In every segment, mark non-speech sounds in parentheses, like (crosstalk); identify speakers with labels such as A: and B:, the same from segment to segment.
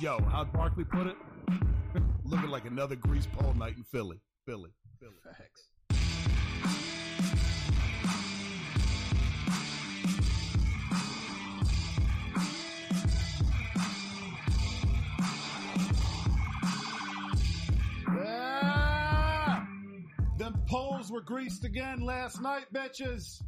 A: Yo, how Barkley put it? (laughs) Looking like another grease pole night in Philly. Philly. Philly.
B: Facts.
A: Yeah! Them poles were greased again last night, bitches.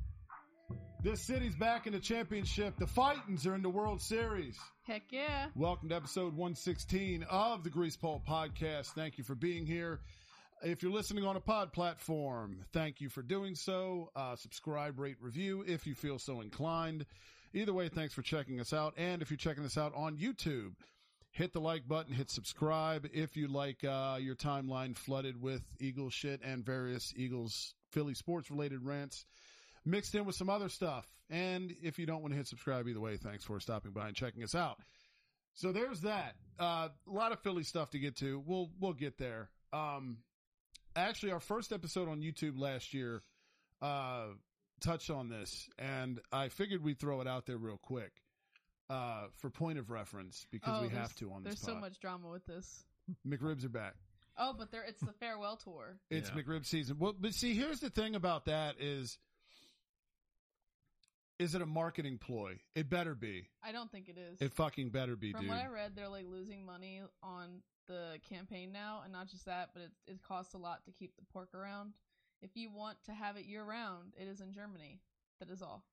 A: This city's back in the championship. The Fightins are in the World Series.
C: Heck yeah.
A: Welcome to episode 116 of the Grease Pole Podcast. Thank you for being here. If you're listening on a pod platform, thank you for doing so. Uh, subscribe, rate, review if you feel so inclined. Either way, thanks for checking us out. And if you're checking us out on YouTube, hit the like button, hit subscribe if you like uh, your timeline flooded with Eagles shit and various Eagles Philly sports related rants mixed in with some other stuff. And if you don't want to hit subscribe either way, thanks for stopping by and checking us out. So there's that. Uh, a lot of Philly stuff to get to. We'll we'll get there. Um, actually, our first episode on YouTube last year uh, touched on this, and I figured we'd throw it out there real quick uh, for point of reference because
C: Oh,
A: we
C: there's-
A: have to on this.
C: There's so
A: pod.
C: much drama with this.
A: McRibs are back.
C: Oh, but there it's the farewell tour.
A: It's
B: Yeah.
A: McRib season. Well, but see, here's the thing about that is, is it a marketing ploy? It better be.
C: I don't think it is.
A: It fucking better be,
C: From
A: dude.
C: what I read, they're like losing money on the campaign now, and not just that, but it it costs a lot to keep the pork around. If you want to have it year round, it is in Germany. That
A: (laughs)
C: is all.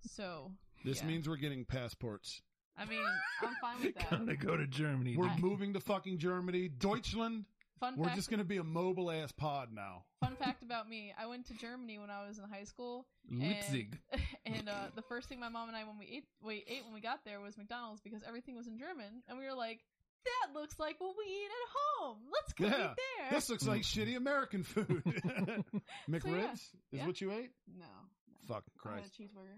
C: so
A: This
C: yeah.
A: means we're getting passports.
C: I mean, I'm fine with
A: (laughs)
C: that.
B: Gotta go to Germany.
A: We're
C: I-
A: moving to fucking Germany, Deutschland.
C: Fun
A: We're
C: fact
A: just going to be a mobile ass pod now.
C: fun fact about me, I went to Germany when I was in high school
B: Leipzig.
C: And, and, uh, the first thing my mom and I when we ate we ate when we got there was McDonald's because everything was in German, and we were like, "That looks like what we eat at home. Let's go
A: Yeah.
C: eat there."
A: This looks like shitty American food. (laughs) McRibs is
C: Yeah.
A: what you ate?
C: no,
A: Fuck
C: I want
A: Christ.
C: a cheeseburger.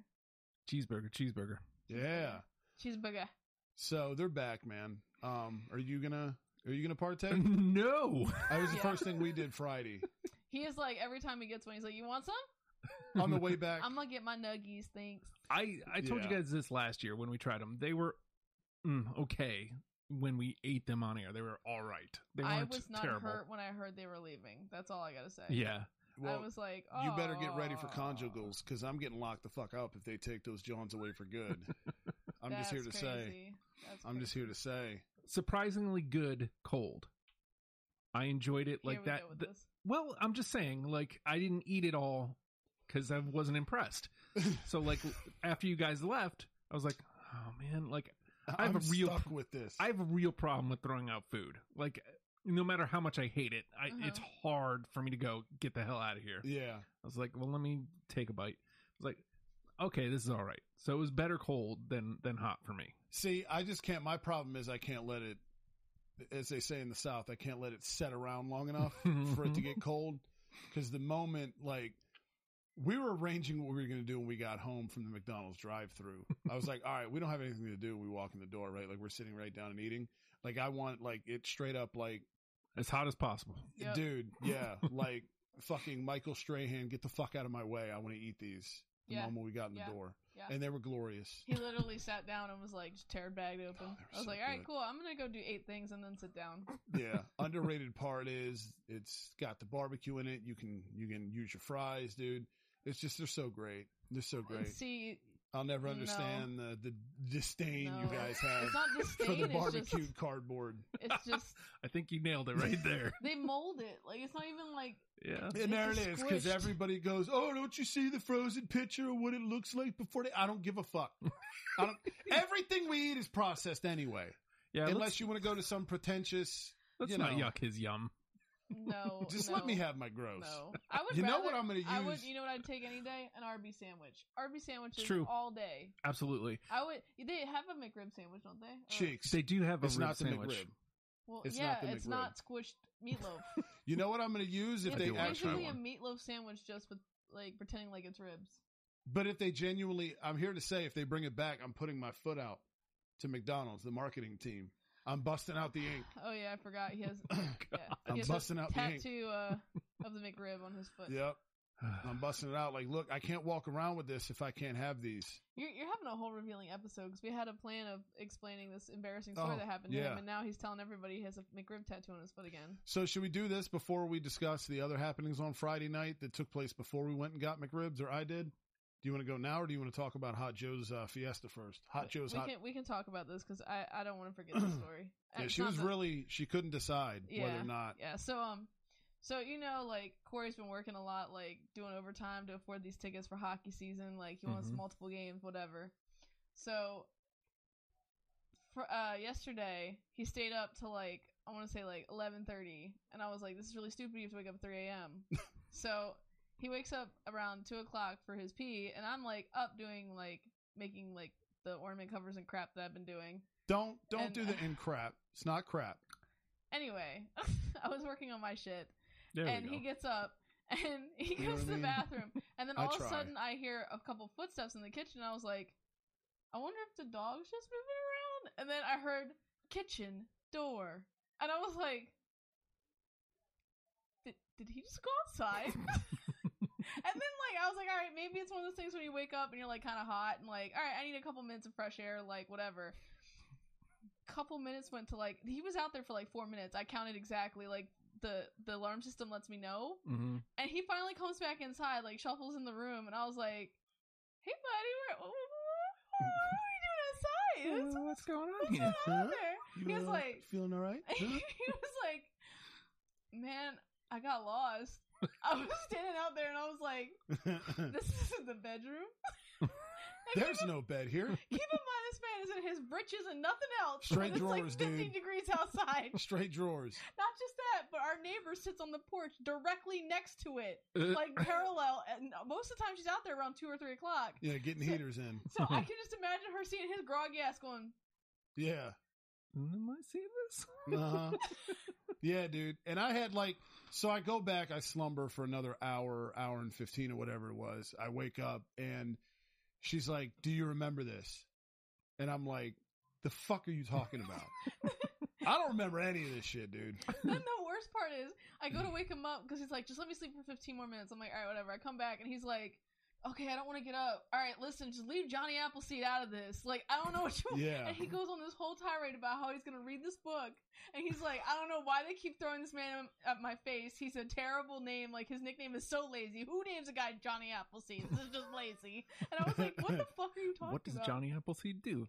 B: Cheeseburger, cheeseburger.
A: Yeah.
C: Cheeseburger.
A: So they're back, man. Um, are you gonna are you
B: (laughs)
A: gonna
B: (laughs)
A: partake?
B: no!
A: That was the
C: Yeah.
A: first thing we did Friday
C: He is like every time he gets one, he's like, "You want some?
A: on
B: (laughs)
A: the way back.
C: I'm gonna get my nuggies, thanks."
B: I, I told
A: Yeah.
B: you guys this last year when we tried them. They were mm, okay when we ate them on air. They were all right. They
C: I
B: weren't
C: was not
B: terrible.
C: hurt when I heard they were leaving. That's all I gotta say.
B: Yeah.
A: Well,
C: I was like,
A: you better get ready for
C: "Aw."
A: conjugals because I'm getting locked the fuck up if they take those Johns away for
C: (laughs)
A: good. I'm just here to
C: That's
A: say.
C: crazy. That's
A: I'm just
C: crazy.
A: here to say.
B: Surprisingly good cold. I enjoyed it
C: Here
B: like
C: we
B: that.
C: go with
B: th-
C: this.
B: well, I'm just saying, like, I didn't eat it all because I wasn't impressed. so,
C: (laughs)
B: like, after you guys left, I was like, oh man, like,
A: I
B: have
A: am
B: a real
A: stuck
B: pr-
A: with this.
B: I have a real problem with throwing out food. Like, no matter how much I hate it, I,
C: Uh-huh.
B: it's hard for me to go get the hell out of here.
A: yeah.
B: I was like, well, let me take a bite. I was like, okay, this is all right. So it was better cold than than hot for me.
A: See, I just can't. My problem is I can't let it, as they say in the South, I can't let it set around long
B: (laughs)
C: Oh,
A: enough for
C: Mm-hmm.
A: it to get cold. Because the moment, like, we were arranging what we were going to do when we got home from the McDonald's drive-through. I was like, all right, we don't have anything to do. when We walk in the door, right? Like we're sitting right down and eating. Like I want, like it straight up, like
B: As hot as possible.
C: Yep.
A: dude,
C: (laughs)
A: yeah, like fucking Michael Strahan, get the fuck out of my way. I want to eat these. The
C: Yeah.
A: moment we got in the
C: Yeah.
A: door,
C: Yeah.
A: and they were glorious.
C: (laughs) He literally sat down and was like, just tear it bagged
A: Oh, they
C: open.
A: were
C: I was
A: so
C: like, all right,
A: good.
C: cool. I'm gonna go do eight things and then sit down.
A: yeah underrated part is it's got the barbecue in it you can you can use your fries dude it's just they're so great they're so
C: And
A: great
C: see,
A: i'll never
C: No.
A: understand the, the disdain
C: no,
A: you guys have (laughs)
C: it's not
A: for
C: disdain.
A: the
C: it's
A: barbecued
C: just,
A: cardboard
C: (laughs) it's just
B: I think you nailed it
C: (laughs)
B: right there.
C: they mold it. Like it's not even like
B: yeah.
A: and there it
C: just
A: is because
C: squished.
A: everybody goes oh don't you see the frozen picture of what it looks like before they i don't give a fuck I
C: (laughs)
A: don't, everything we eat is processed anyway
B: Yeah.
A: unless
B: let's
A: you want to go to some pretentious
B: let's
A: you
B: not
A: know.
B: yuck his yum.
C: No.
A: Just
C: Oh, no,
A: let me have my gross.
C: No. I would
A: You know
C: rather,
A: what I'm gonna
C: I would
A: use?
C: you know what I'd take any day? An RB sandwich. RB sandwiches
B: True.
C: all day.
B: Absolutely.
C: I would they have a McRib sandwich, don't they? Or-
A: Cheeks.
B: They do have a
A: it's
B: rib
A: not the
B: sandwich. (sighs)
A: McRib.
C: Well,
A: It's
C: yeah,
A: not the
C: it's
A: McRib.
C: not squished
A: (laughs)
C: meatloaf.
A: You know what I'm going to use if
B: I
C: it's
B: do
A: they
B: wanna try
A: actually
C: basically a
B: one.
C: meatloaf sandwich just with like pretending like it's ribs.
A: But if they genuinely, I'm here to say, if they bring it back, I'm putting my foot out to McDonald's, the marketing team. I'm busting out the ink.
C: Oh yeah, I forgot
A: (laughs)
C: he has. yeah.
A: (clears throat) I'm
C: he has a
A: busting out the ink.
C: tattoo uh, of the McRib on his
A: (laughs)
C: foot.
A: Yep. I'm busting it out. Like, look, I can't walk around with this if I can't have these.
C: You're, you're having a whole revealing episode because we had a plan of explaining this embarrassing story
A: Oh,
C: that happened to
A: yeah.
C: him, and now he's telling everybody he has a McRib tattoo on his foot again.
A: So, should we do this before we discuss the other happenings on Friday night that took place before we went and got McRibs, or I did? Do you want to go now, or do you want to talk about Hot Joe's uh, Fiesta first? Hot Joe's
C: we
A: Hot.
C: can we can talk about this because I I don't want to
A: (clears throat)
C: forget the story.
A: Yeah,
C: It's
A: she
C: not
A: was
C: the-
A: really. She couldn't decide whether
C: Yeah.
A: or not.
C: yeah. So um, so you know like Corey's been working a lot, like doing overtime to afford these tickets for hockey season. Like he wants
B: Mhm.
C: multiple games, whatever. So, for uh, yesterday he stayed up till like I want to say like eleven thirty, and I was like, this is really stupid. You have to wake up at three a.m. so he wakes up around two o'clock for his pee, and I'm like up doing like making like the ornament covers and crap that I've been doing.
A: Don't don't
C: And-
A: do the in crap. It's not crap.
C: Anyway, (laughs) I was working on my shit.
B: there
C: and
B: we go.
C: he gets up (laughs) and he
A: You know
C: goes
A: what I
C: to the
A: mean?
C: bathroom and then
A: I
C: all of
A: try.
C: a sudden i hear a couple footsteps in the kitchen and i was like i wonder if the dog's just moving around and then i heard kitchen door and i was like did, did he just go outside (laughs) and then like i was like all right maybe it's one of those things when you wake up and you're like kind of hot and like all right i need a couple minutes of fresh air like whatever couple minutes went to like he was out there for like four minutes i counted exactly like the the alarm system lets me know
B: hmm
C: and he finally comes back inside like shuffles in the room and i was like hey buddy where, what, what are
A: (laughs)
C: we doing outside
B: Uh, what's going on
C: what's going
B: here?
C: on out there (laughs)
A: You
C: He was like-
A: feeling all
C: (laughs)
A: right.
C: he was like, "Man, I got lost. I was (laughs) standing out there, and I was like,
A: Huh?
C: this isn't the bedroom. (laughs)
A: (laughs)
C: And
A: There's no bed here.
C: keep, keep in mind, this man is in his britches and nothing else. (laughs)
A: Straight
C: and it's
A: drawers,
C: like 15
A: dude.
C: degrees outside. (laughs)
A: Straight drawers.
C: Not just that, but our neighbor sits on the porch directly next to it,
B: Uh,
A: (laughs)
C: like parallel. And most of the time, she's out there around two or three o'clock.
A: Yeah, getting
C: (laughs)
A: heaters in. (laughs)
C: So I can just imagine her seeing his groggy ass going,
A: Yeah.
B: Am I seeing this?
A: Uh-huh. yeah, dude. And I had like, so I go back, I slumber for another hour, hour and 15 or whatever it was. I wake up and she's like, Do you remember this? And I'm like, The fuck are you talking about?
C: (laughs)
A: I don't remember any of this shit, dude.
C: then the worst part is, I go to wake him up because he's like, just let me sleep for 15 more minutes. I'm like, all right, whatever. I come back and he's like, okay, I don't want to get up. All right, listen, just leave Johnny Appleseed out of this. Like, I don't know what you want.
A: Yeah.
C: And he goes on this whole tirade about how he's going to read this book. And he's like, I don't know why they keep throwing this man at my face. He's a terrible name. Like, his nickname is so lazy. Who names a guy Johnny Appleseed? This is just lazy. And I was like, what the fuck are you talking about?
B: What does Johnny Appleseed do?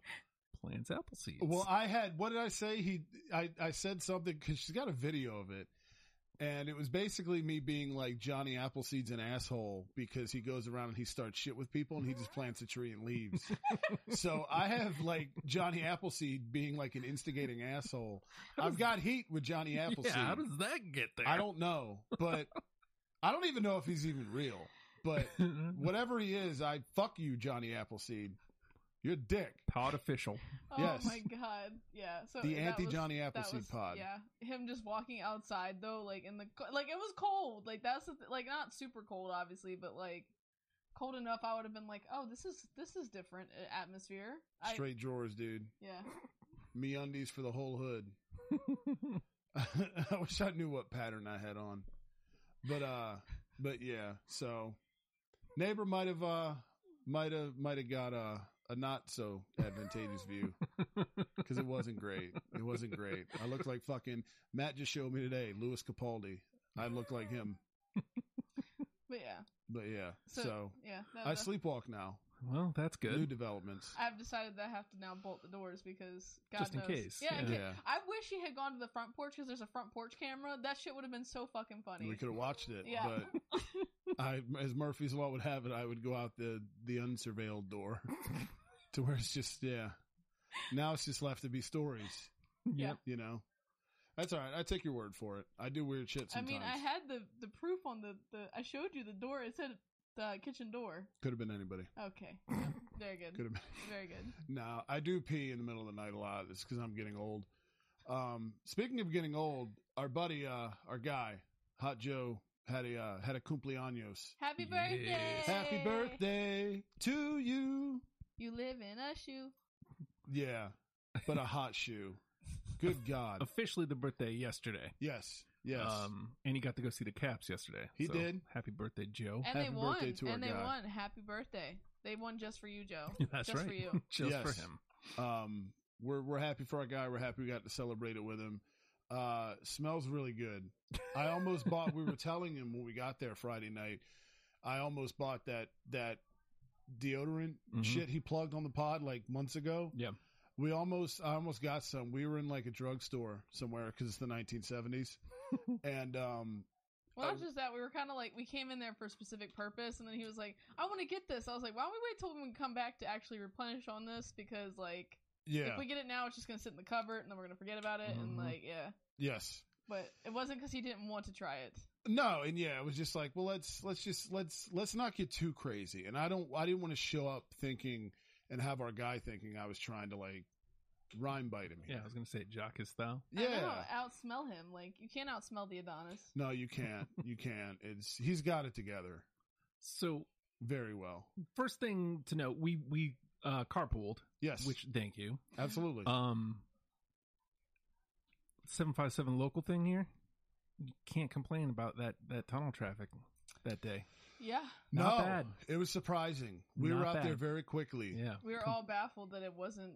B: Plants apple seeds.
A: Well, I had what did I say? He I I said something because she's got a video of it, and it was basically me being like Johnny Appleseed's an asshole because he goes around and he starts shit with people and he just plants a tree
B: (laughs)
A: and leaves. so I have like Johnny Appleseed being like an instigating asshole. I've got heat with Johnny Appleseed.
B: (laughs) yeah, how does that get there?
A: I don't know, but I don't even know if he's even real. But
B: (laughs)
A: whatever he is, I fuck you, Johnny Appleseed. You're a dick.
B: Pod official.
C: Oh
A: Yes.
C: my god! Yeah, so
A: The
C: Oh, that
A: anti
C: was-
A: Johnny
C: that
A: Appleseed
C: was-
A: pod.
C: Yeah, him just walking outside though, like in the co- like it was cold. Like that's the th- like not super cold, obviously, but like cold enough. I would have been like, oh, this is this is different uh, atmosphere. I,
A: Straight drawers, dude.
C: yeah,
A: Me undies for the whole hood. (laughs) I wish I knew what pattern I had on. But uh but yeah, so neighbor might have uh might have might have got a a not so advantageous
C: (laughs)
A: view because it wasn't great. It wasn't great. I looked like fucking Matt just showed me today, Louis Capaldi. I look like him.
C: but yeah,
A: But yeah. So,
C: so, uh, yeah, that,
A: I
C: that-
A: sleepwalk now.
B: well, that's
A: New
B: good.
A: developments.
C: I've decided that I have to now bolt the doors because God
B: Just in
C: knows.
B: case,
C: Yeah, in
B: yeah.
C: ca- I wish he had gone to the front porch because there's a front porch camera. That shit would have been so fucking funny.
A: We could have watched it,
C: Yeah. (laughs)
A: but I, as Murphy's Law would have it, I would go out the the unsurveilled door (laughs)
B: (laughs)
A: to where it's just yeah. Now it's just left to be stories,
C: Yeah.
A: you know. That's all right. I take your word for it. I do weird shit sometimes.
C: I mean, I had the the proof on the the. I showed you the door. It said the kitchen door.
A: Could have been anybody.
C: Okay, yeah, very good.
A: Could have been. (laughs)
C: Very good.
A: No, I do pee in the middle of the night a lot. It's because I'm getting old. Um, speaking of getting old, our buddy, uh, our guy, Hot Joe, had a uh, had a cumpleaños.
C: Happy
B: Yes.
C: birthday!
A: Happy birthday to you.
C: You live in a shoe.
A: Yeah, but a hot shoe. Good God.
B: Officially, the birthday yesterday.
A: Yes. Yes.
B: Um, and he got to go see the Caps yesterday.
A: He
B: So,
A: did.
B: Happy birthday, Joe.
C: And
A: Happy
C: they won.
A: birthday to our
C: and they
A: guy.
C: won. Happy birthday. They won just for you, Joe.
A: (laughs)
B: (laughs) That's
C: just
B: right.
C: for you.
B: just
A: Yes.
B: for him.
A: um, we're we're happy for our guy. We're happy we got to celebrate it with him. Uh, smells really good. I almost bought. We were telling him when we got there Friday night. I almost bought that that deodorant
B: Mhm.
A: shit he plugged on the pod like months ago.
B: Yeah.
A: We almost, I almost got some. We were in like a drugstore somewhere because it's the 1970s, and um,
C: Well, not
A: Oh.
C: just that. We were kind of like we came in there for a specific purpose, and then he was like, "I want to get this." I was like, "Why don't we wait till we come back to actually replenish on this?" Because like
A: yeah, Mm-hmm.
C: if we get it now, it's just gonna sit in the cupboard, and then we're gonna forget about it. And
B: Mhm.
C: like, yeah.
A: yes,
C: But it wasn't because he didn't want to try it.
A: no, and yeah, it was just like, well, let's let's just let's let's not get too crazy. And I don't, I didn't want to show up thinking and have our guy thinking I was trying to like rhyme bite him.
B: Yeah,
A: here.
B: I was gonna say Jock is thou.
C: I
A: yeah.
C: know, outsmell him. Like you can't outsmell the Adonis.
A: No, you can't. You can't. It's he's got it together
B: So
A: very well.
B: first thing to note, we we uh carpooled,
A: Yes,
B: which thank you.
A: absolutely.
B: Um, seven five seven local thing here. You can't complain about that that tunnel traffic that day.
C: Yeah,
B: Not
A: no,
B: bad.
A: it was surprising. We were
B: Not
A: out there
B: bad.
A: very quickly.
B: Yeah,
C: we were all baffled that it wasn't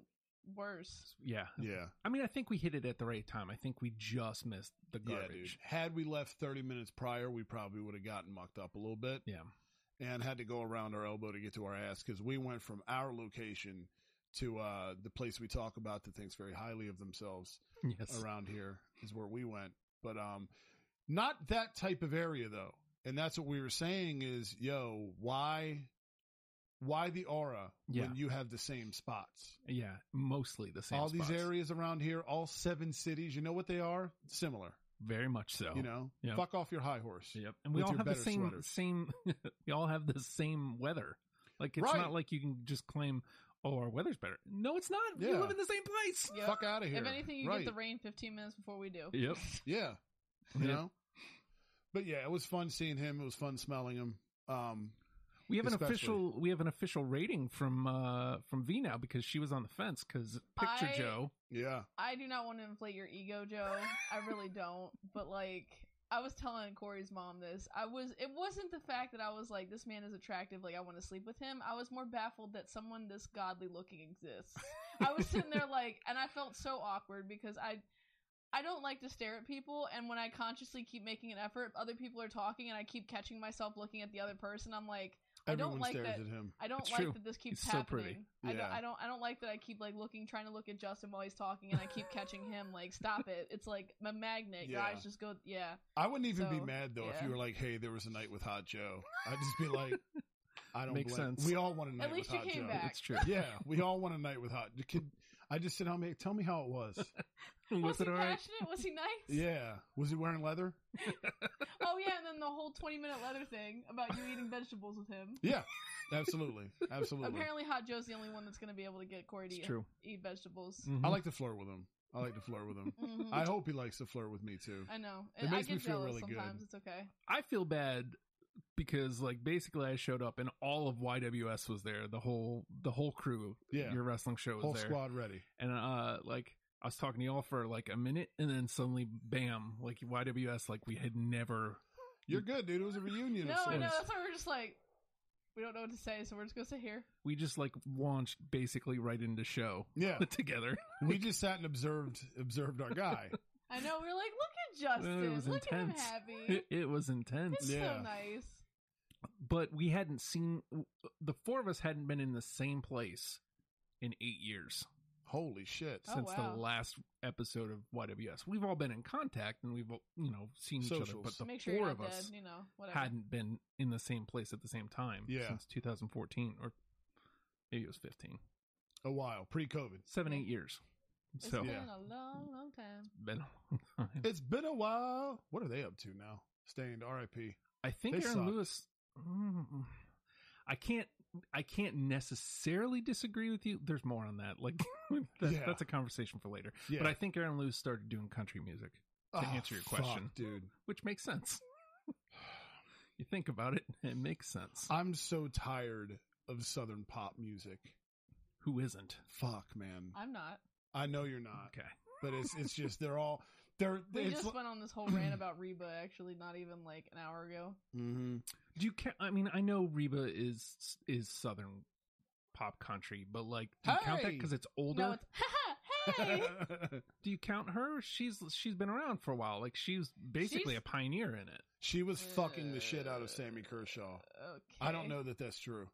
C: worse.
B: yeah.
A: yeah.
B: I mean, I think we hit it at the right time. I think we just missed the
A: Yeah, dude.
B: garbage.
A: Had we left 30 minutes prior, we probably would have gotten mucked up a little bit.
B: Yeah.
A: And had to go around our elbow to get to our ass because we went from our location to uh, the place we talk about that thinks very highly of themselves
B: Yes,
A: around here is where we went. But um, not that type of area though. And that's what we were saying is, yo, why, why the aura
B: Yeah.
A: when you have the same spots?
B: yeah. Mostly the same.
A: all these
B: spots.
A: areas around here, all seven cities, you know what they are? Similar.
B: very much so.
A: You know,
B: Yeah.
A: fuck off your high horse.
B: Yep. And we
A: With
B: all
A: your
B: have the
A: better
B: same
A: sweaters.
B: same (laughs) we all have the same weather. Like it's
A: Right.
B: not like you can just claim, Oh, our weather's better. No, it's not.
A: Yeah.
B: You live in the same place.
C: Yep.
A: Fuck out of here.
C: If anything, you
A: right.
C: get the rain 15 minutes before we do.
B: Yep.
A: yeah, (laughs) you
B: Yep.
A: know. But yeah, it was fun seeing him. It was fun smelling him. Um,
B: We have an
A: Especially.
B: official we have an official rating from uh from V now because she was on the fence because Picture
C: I-
B: Joe.
A: yeah,
C: I do not want to inflate your ego, Joe. I really don't. But like, I was telling Corey's mom this. I was. It wasn't the fact that I was like, this man is attractive. Like, I want to sleep with him. I was more baffled that someone this godly looking exists. I was
A: (laughs)
C: sitting there like, and I felt so awkward because I. I don't like to stare at people, and when I consciously keep making an effort, other people are talking, and I keep catching myself looking at the other person. I'm like, I don't
A: everyone
C: like
A: stares
C: that-
A: at him.
C: I don't
B: It's
C: like
B: true.
C: that this keeps
B: He's so
C: happening.
B: pretty.
C: I don't
A: Yeah.
C: I don't I don't like that I keep like looking trying to look at Justin while he's talking and I keep catching him like stop it. It's like a magnet.
A: Yeah.
C: Guys just go yeah.
A: I wouldn't even be
C: So,
A: mad though if
C: yeah.
A: you were like, "Hey, there was a night with Hot Joe." I'd just be like, "I don't
B: Makes
A: blame-
B: sense.
A: We all want a night
C: At least
A: with
C: you
A: Hot
C: came
A: Joe.
C: back.
B: It's true.
A: (laughs) Yeah, we all want a night with Hot. Can, I just said, "How me? Tell me how it was."
C: (laughs)
B: was,
C: Was,
B: it
C: he
B: all right?
C: passionate? Was he nice?
A: yeah, was he wearing leather?
C: Oh yeah, and then the whole twenty minute leather thing about you eating vegetables with him.
A: Yeah, absolutely, absolutely.
C: Apparently Hot Joe's the only one that's gonna be able to get Corey to
B: It's
C: eat,
B: true.
C: eat vegetables.
B: Mhm.
A: I like to flirt with him. I like to flirt with him.
C: Mhm.
A: I hope he likes to flirt with me too.
C: I know.
A: It
C: I
A: makes
C: get
A: me feel
C: jealous
A: really good.
C: sometimes, it's okay.
B: I feel bad because like basically I showed up and all of YWS was there. The whole the whole crew
A: Yeah.
B: your wrestling show was
A: Whole
B: there.
A: squad ready.
B: and uh like I was talking to y'all for like a minute and then suddenly bam like YWS like we had never
A: You're good, dude. It was a reunion.
C: No,
A: of
C: I
A: sorts.
C: know,
B: sense.
C: that's why we're just like we don't know what to say, so we're just gonna sit here.
B: we just like launched basically right into show (laughs)
A: Yeah,
B: together.
A: we just sat and observed observed our guy.
C: I know, we we're like, look at Justin.
B: It was
C: look
B: intense.
C: at him happy.
B: (laughs) It, it was intense,
C: He's
A: Yeah.
C: so nice.
B: but we hadn't seen the four of us hadn't been in the same place in 8 years
A: Holy shit!
C: Oh,
B: since
C: wow.
B: the last episode of YWS. We've all been in contact and we've all, you know seen each other,
A: Socials.
B: but the
C: Make sure
B: four
C: you're
B: of
C: not dead,
B: us
C: you know, whatever.
B: hadn't been in the same place at the same time
A: Yeah.
B: since 2014 or maybe it was 15.
A: A while pre-COVID.
B: seven eight years
C: It's
B: So
C: been
A: Yeah.
C: a long, long time.
B: been a long time.
A: It's been a while. What are they up to now? Stained, R.I.P.
B: I think
A: They
B: Aaron
A: suck.
B: Lewis. Mm, I can't. I can't necessarily disagree with you. There's more on that. Like (laughs) that,
A: Yeah.
B: that's a conversation for later.
A: Yeah, Ah,
B: But I think Aaron Lewis started doing country music, to answer your
A: fuck,
B: question.
A: dude.
B: which makes sense. (laughs) you think about it, it makes sense.
C: Uh,
A: I'm so tired of Southern pop music.
B: Who isn't?
A: Fuck, man.
C: I'm not.
A: I know you're not,
B: Okay.
A: but it's it's just they're all they're.
C: We
A: it's
C: just
A: li-
C: went on this
B: (clears throat)
C: whole rant about Reba actually not even like an hour ago.
A: Mhm.
B: Do you count? I mean, I know Reba is is southern pop country, but like, do you count that
A: Hey!
B: because it's older?
C: No, it's (laughs) hey.
B: (laughs) do you count her? She's she's been around for a while. Like she was basically
C: She's-
B: a pioneer in it.
A: (laughs) she was fucking the shit out of Sammy Kershaw.
C: Okay.
A: I don't know that that's true.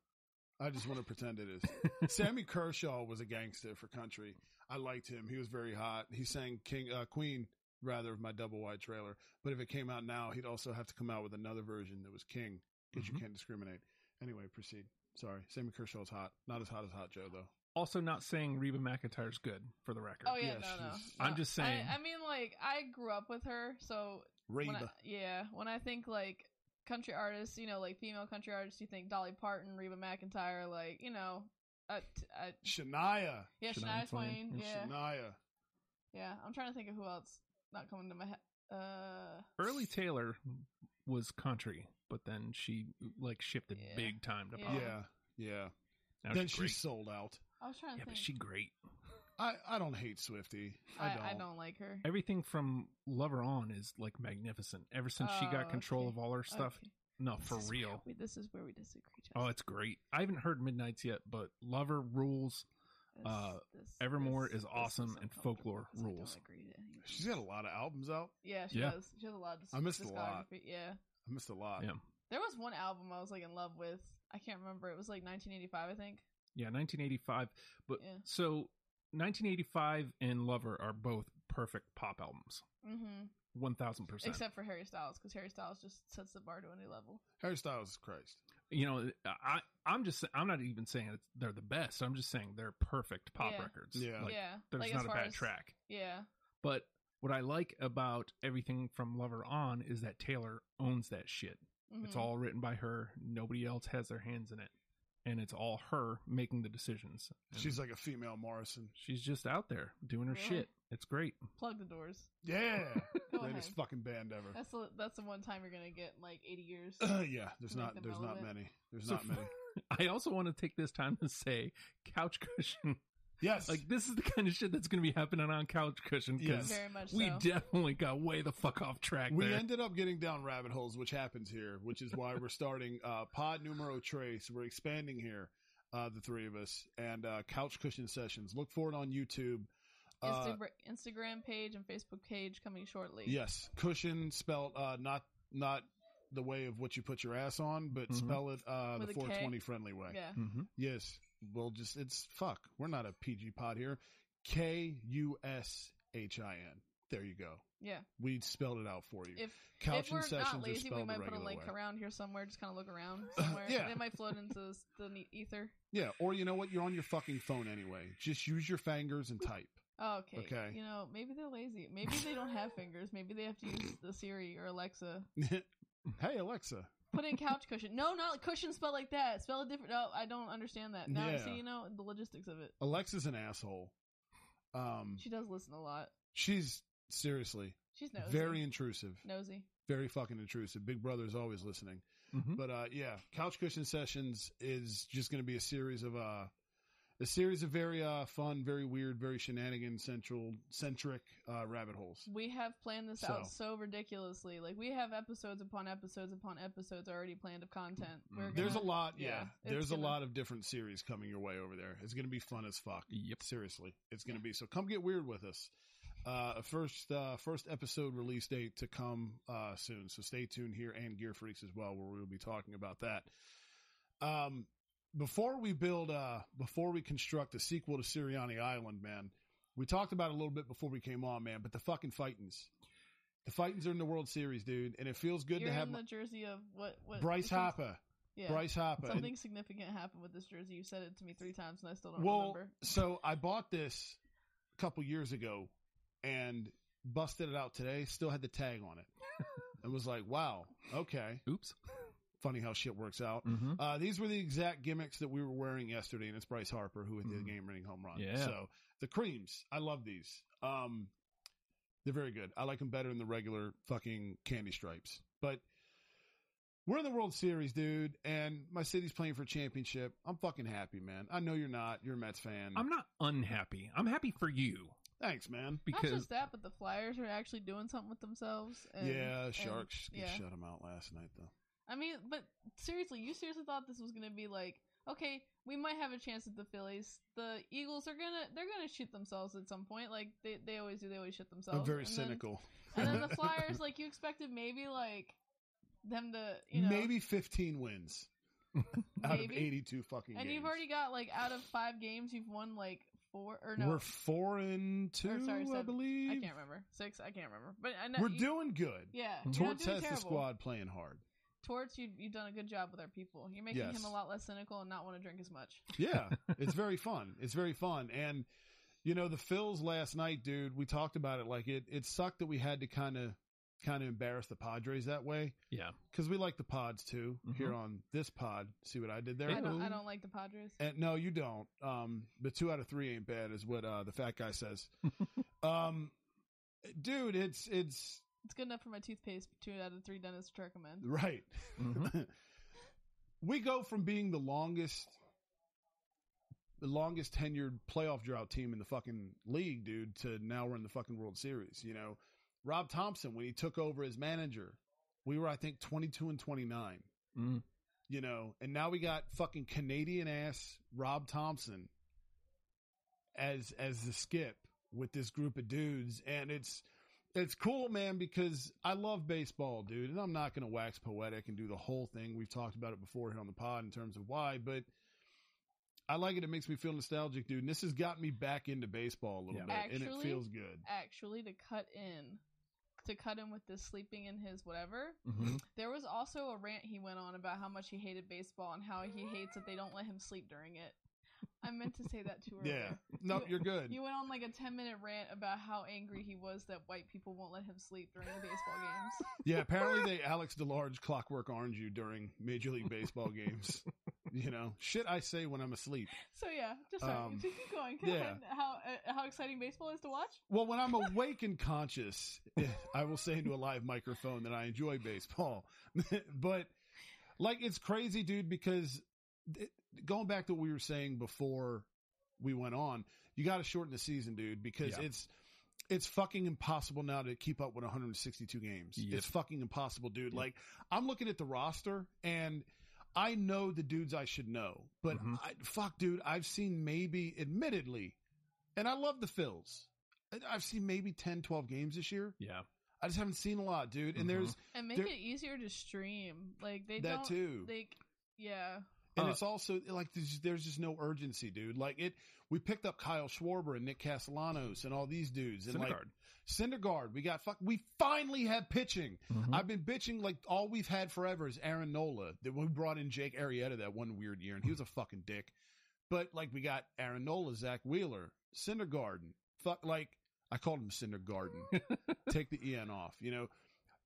A: I just want to pretend it
C: (laughs)
A: is. Sammy Kershaw was a gangster for country. I liked him. He was very hot. He sang King uh, Queen rather of my double wide trailer. But if it came out now, he'd also have to come out with another version that was King because
C: Mm-hmm.
B: Mhm.
A: you can't discriminate. Anyway, proceed. Sorry, Sammy Kershaw's hot. Not as hot as Hot Joe though.
B: Also, not saying Reba McIntyre's good for the record.
C: Oh yeah,
A: Yeah,
C: no, no,
A: she's-
C: no.
B: I'm just saying.
C: I, I mean, like I grew up with her, so
A: Reba.
C: when I, yeah, when I think like country artists, you know, like female country artists, you think Dolly Parton, Reba McIntyre, like you know, uh, t- uh,
A: Shania.
C: yeah,
B: Shania Twain
C: Shania Twain,
B: and
C: yeah,
A: Shania.
C: yeah. I'm trying to think of who else not coming to my head. Uh,
B: Early Taylor was country, but then she like shifted
C: Yeah.
B: big time to
C: Yeah.
B: pop.
A: Yeah. Yeah.
B: Now
A: then
B: she's
A: she
B: great.
A: sold out.
C: I was trying to
B: yeah,
C: think.
B: but she great.
A: I, I don't hate Swifty. I don't.
C: I, don't like her.
B: Everything from Lover on is like magnificent. Ever since she got
C: Oh,
B: control
C: okay.
B: of all her stuff,
C: Okay.
B: no,
C: This
B: for
C: is where
B: real.
C: we- this is where we disagree.
B: Oh,
C: Justin.
B: it's great. I haven't heard Midnight's yet, but Lover rules.
C: This-
B: uh,
C: this-
B: Evermore
C: this-
B: is
C: this
B: awesome and
C: uncomfortable
B: folklore
C: 'cause I don't
B: rules.
C: agree to any of this.
A: She's got a lot of albums out.
C: Yeah, she
B: Yeah.
C: does. She has a lot. Of dis-
A: I missed a lot.
C: discography. Yeah,
A: I missed a lot.
B: Yeah.
C: there was one album I was like in love with. I can't remember. It was like 1985, I think.
B: Yeah, 1985. But
C: Yeah.
B: so 1985 and Lover are both perfect pop albums.
C: hmm
B: 1000%.
C: Except for Harry Styles, because Harry Styles just sets the bar to a new level.
A: Harry Styles is Christ.
B: you know, I I'm just I'm not even saying it's, they're the best. I'm just saying they're perfect pop
C: Yeah.
B: records.
A: Yeah.
B: Like,
C: yeah,
B: There's
C: like, as
B: not a
C: far
B: bad
C: as-
B: track.
C: Yeah,
B: But what I like about everything from Lover on is that Taylor owns that shit. It's
A: Mm-hmm.
C: Mhm.
B: all written by her. Nobody else has their hands in it. And it's all her making the decisions. And
A: She's like a female Morrison.
B: she's just out there doing her
C: Yeah.
B: shit. It's great.
C: plug the doors.
A: Yeah. (laughs)
C: Go
A: Greatest
C: ahead.
A: fucking band ever.
C: That's the that's the one time you're gonna get in, like 80 years.
A: (clears throat) yeah, there's
C: Make
A: not
C: them
A: there's not
C: relevant.
A: many. There's
B: So-
A: not
B: (laughs)
A: many.
B: I also want to take this time to say couch cushion.
A: Yes.
B: Like this is the kind of shit that's going to be happening on couch cushion because
A: (coughs) Yes.
C: Very much.
B: we
C: so.
B: definitely got way the fuck off track (laughs)
A: we
B: there.
A: ended up getting down rabbit holes, which happens here, which is why we're starting uh, Pod Numero Trace. We're expanding here, uh, the three of us, and uh, Couch Cushion Sessions. Look for it on YouTube. Uh,
C: Instagram, Instagram page and Facebook page coming shortly.
A: yes, cushion spelled uh, not not the way of what you put your ass on, but
B: Mhm.
A: spell it uh, the
C: With a K?
A: 420 friendly way.
C: Yeah.
B: hmm
A: Yes. Well, just it's fuck. We're not a PG pod here. K U S H I N. There you go.
C: Yeah.
A: We spelled it out for you.
C: If
A: Couch
C: if we're
A: and sessions
C: not
A: are
C: lazy,
A: spelled
C: we
A: the
C: might put a
A: regular
C: link
A: way.
C: around here somewhere. Just kind of look around
A: (laughs)
C: somewhere.
A: Yeah.
C: It might float into s- the ne- ether.
A: Yeah. Or you know what? You're on your fucking phone anyway. Just use your fingers and type. (laughs)
C: Oh, okay.
A: Okay.
C: You know, maybe they're lazy. Maybe they don't have fingers. Maybe they have to use the Siri or Alexa.
A: hey Alexa.
C: Put in couch cushion. No, not cushion spelled like that. Spell it different. No, I don't understand that. Now,
A: Yeah.
C: see, you know, the logistics of it.
A: Alexa's an asshole. Um,
C: She does listen a lot.
A: she's seriously
C: She's nosy.
A: very intrusive.
C: nosy.
A: Very fucking intrusive. Big Brother's always listening.
B: hmm
A: But uh, yeah, couch cushion sessions is just going to be a series of uh, a series of very uh, fun, very weird, very shenanigan central centric uh, rabbit holes.
C: We have planned this
A: So.
C: out so ridiculously. Like we have episodes upon episodes upon episodes already planned of content. We're
B: Mhm.
A: Mm-hmm. There's a
C: gonna-
A: lot, yeah.
C: yeah, it's
A: there's
C: gonna-
A: a lot of different series coming your way over there. It's going to be fun as fuck.
B: Yep.
A: Seriously, it's going to be so. Come get weird with us. Uh, first, uh, first episode release date to come uh, soon. So stay tuned here and Gear Freaks as well, where we'll be talking about that. Um, before we build, uh, before we construct a sequel to Sirianni Island, man, we talked about it a little bit before we came on, man. But the fucking Fightins, the Fightins are in the World Series, dude, and it feels good
C: You're
A: to have
C: in the jersey of what? what
A: Bryce
C: which one's-
A: Hopper.
C: Yeah.
A: Bryce Hopper. And-
C: Something significant happened with this jersey. You said it to me three times, and I still don't
A: well,
C: remember.
A: so I bought this a couple years ago and busted it out today, still had the tag on it.
B: (laughs)
A: and was like, wow, okay.
B: Oops.
A: Funny how shit works out.
B: Mm-hmm.
A: Uh, these were the exact gimmicks that we were wearing yesterday, and it's Bryce Harper who hit the
B: Mhm.
A: game winning home run.
B: Yeah.
A: So the creams, I love these. Um, they're very good. I like them better than the regular fucking candy stripes. But we're in the World Series, dude, and my city's playing for a championship. I'm fucking happy, man. I know you're not. You're a Mets fan.
B: I'm not unhappy. I'm happy for you
A: Thanks, man.
C: Not
B: because
C: just that, but the Flyers are actually doing something with themselves. And,
A: yeah,
C: and-
A: Sharks
C: yeah.
A: shut them out last night, though.
C: I mean, but seriously, you seriously thought this was gonna be like, okay, we might have a chance at the Phillies. The Eagles are gonna they're gonna shoot themselves at some point. Like they, they always do. They always shoot themselves.
A: I'm very
C: And then-
A: cynical.
C: and
A: (laughs)
C: then the Flyers, like you expected, maybe like them to you know
A: maybe 15
C: (laughs)
A: wins out of
C: Maybe.
A: 82 fucking
C: And
A: games.
C: you've already got like out of five games, you've won like four or no,
A: We're four and two,
C: Or sorry,
A: I
C: seven.
A: believe.
C: I can't remember six. I can't remember, but I know
A: We're
C: you-
A: doing good.
C: Yeah,
B: Mhm.
C: you're not
A: Torts
C: doing
A: has
C: terrible.
A: the squad playing hard.
C: Torts, you you've done a good job with our people. You're making
A: Yes.
C: him a lot less cynical and not want to drink as much.
A: Yeah, it's
C: (laughs)
A: very fun. It's very fun. And you know, the Phils last night, dude. We talked about it. Like it, it sucked that we had to kind of, kind of embarrass the Padres that way
B: yeah,
A: because we like the Pods too
B: Mhm.
A: here on this pod. See what I did there?
C: Mm-hmm. I don't I
B: Ew.
C: don't like the Padres.
A: And no, you don't. Um, but two out of three ain't bad, is what uh, the fat guy says. um, dude, it's it's
C: It's good enough for my toothpaste. Two out of three dentists recommend.
A: right. Mm-hmm.
B: Mhm.
A: (laughs) we go from being the longest the longest tenured playoff drought team in the fucking league, dude, to now we're in the fucking World Series. You know, Rob Thompson, when he took over as manager, we were, I think, 22 and 29,
B: Mm.
A: you know, and now we got fucking Canadian ass Rob Thompson as, as the skip with this group of dudes. And it's, it's cool, man, because I love baseball, dude, and I'm not going to wax poetic and do the whole thing. We've talked about it before here on the pod in terms of why, but I like it. It makes me feel nostalgic, dude. And this has got me back into baseball a little
B: Yeah.
A: bit, and it
C: Actually-
A: feels good.
C: Actually, to cut in, to cut in with this sleeping in his whatever.
A: Mm-hmm.
B: Mhm.
C: There was also a rant he went on about how much he hated baseball and how he hates that they don't let him sleep during it. I meant to say that to her.
A: (laughs) Yeah, no, you're good.
C: You went on like a 10 minute rant about how angry he was that white people won't let him sleep during the
A: (laughs)
C: baseball games.
B: (laughs)
A: Yeah, apparently they Alex DeLarge clockwork orange you during Major League Baseball
B: (laughs)
A: games. You know, shit I say when I'm asleep.
C: So yeah, just sorry.
A: Um,
C: just (laughs) keep going.
A: yeah.
C: How uh, how exciting baseball is to watch?
A: Well, when I'm awake and conscious, (laughs) I will say into a live microphone that I enjoy baseball. (laughs) but like, it's crazy, dude, because it, going back to what we were saying before we went on, you got to shorten the season, dude, because
B: Yeah.
A: it's, it's fucking impossible now to keep up with 162 games.
B: Yep.
A: It's fucking impossible, dude.
B: Yep.
A: Like, I'm looking at the roster and I know the dudes I should know, but
B: Mhm.
A: I, fuck, dude, I've seen maybe, admittedly, and I love the Phils. I- I've seen maybe 10, 12 games this year.
B: (laughs) yeah.
A: I just haven't seen a lot, dude. And
B: Mhm.
A: there's
C: And make
A: There-
C: it easier to stream. Like they
A: that
C: don't
A: too.
C: like yeah.
A: and
B: Uh,
A: it's also like there's just, there's just no urgency, dude. Like it, we picked up Kyle Schwarber and Nick Castellanos and all these dudes, and like
B: Syndergaard.
A: Syndergaard. We got fuck. We finally have pitching.
B: Mhm.
A: I've been bitching like all we've had forever is Aaron Nola. That we brought in Jake Arrieta that one weird year, and he was a fucking dick. But like we got Aaron Nola, Zach Wheeler, Cindergarden. Fuck, like I called him Cindergarden. Take the en off. You know,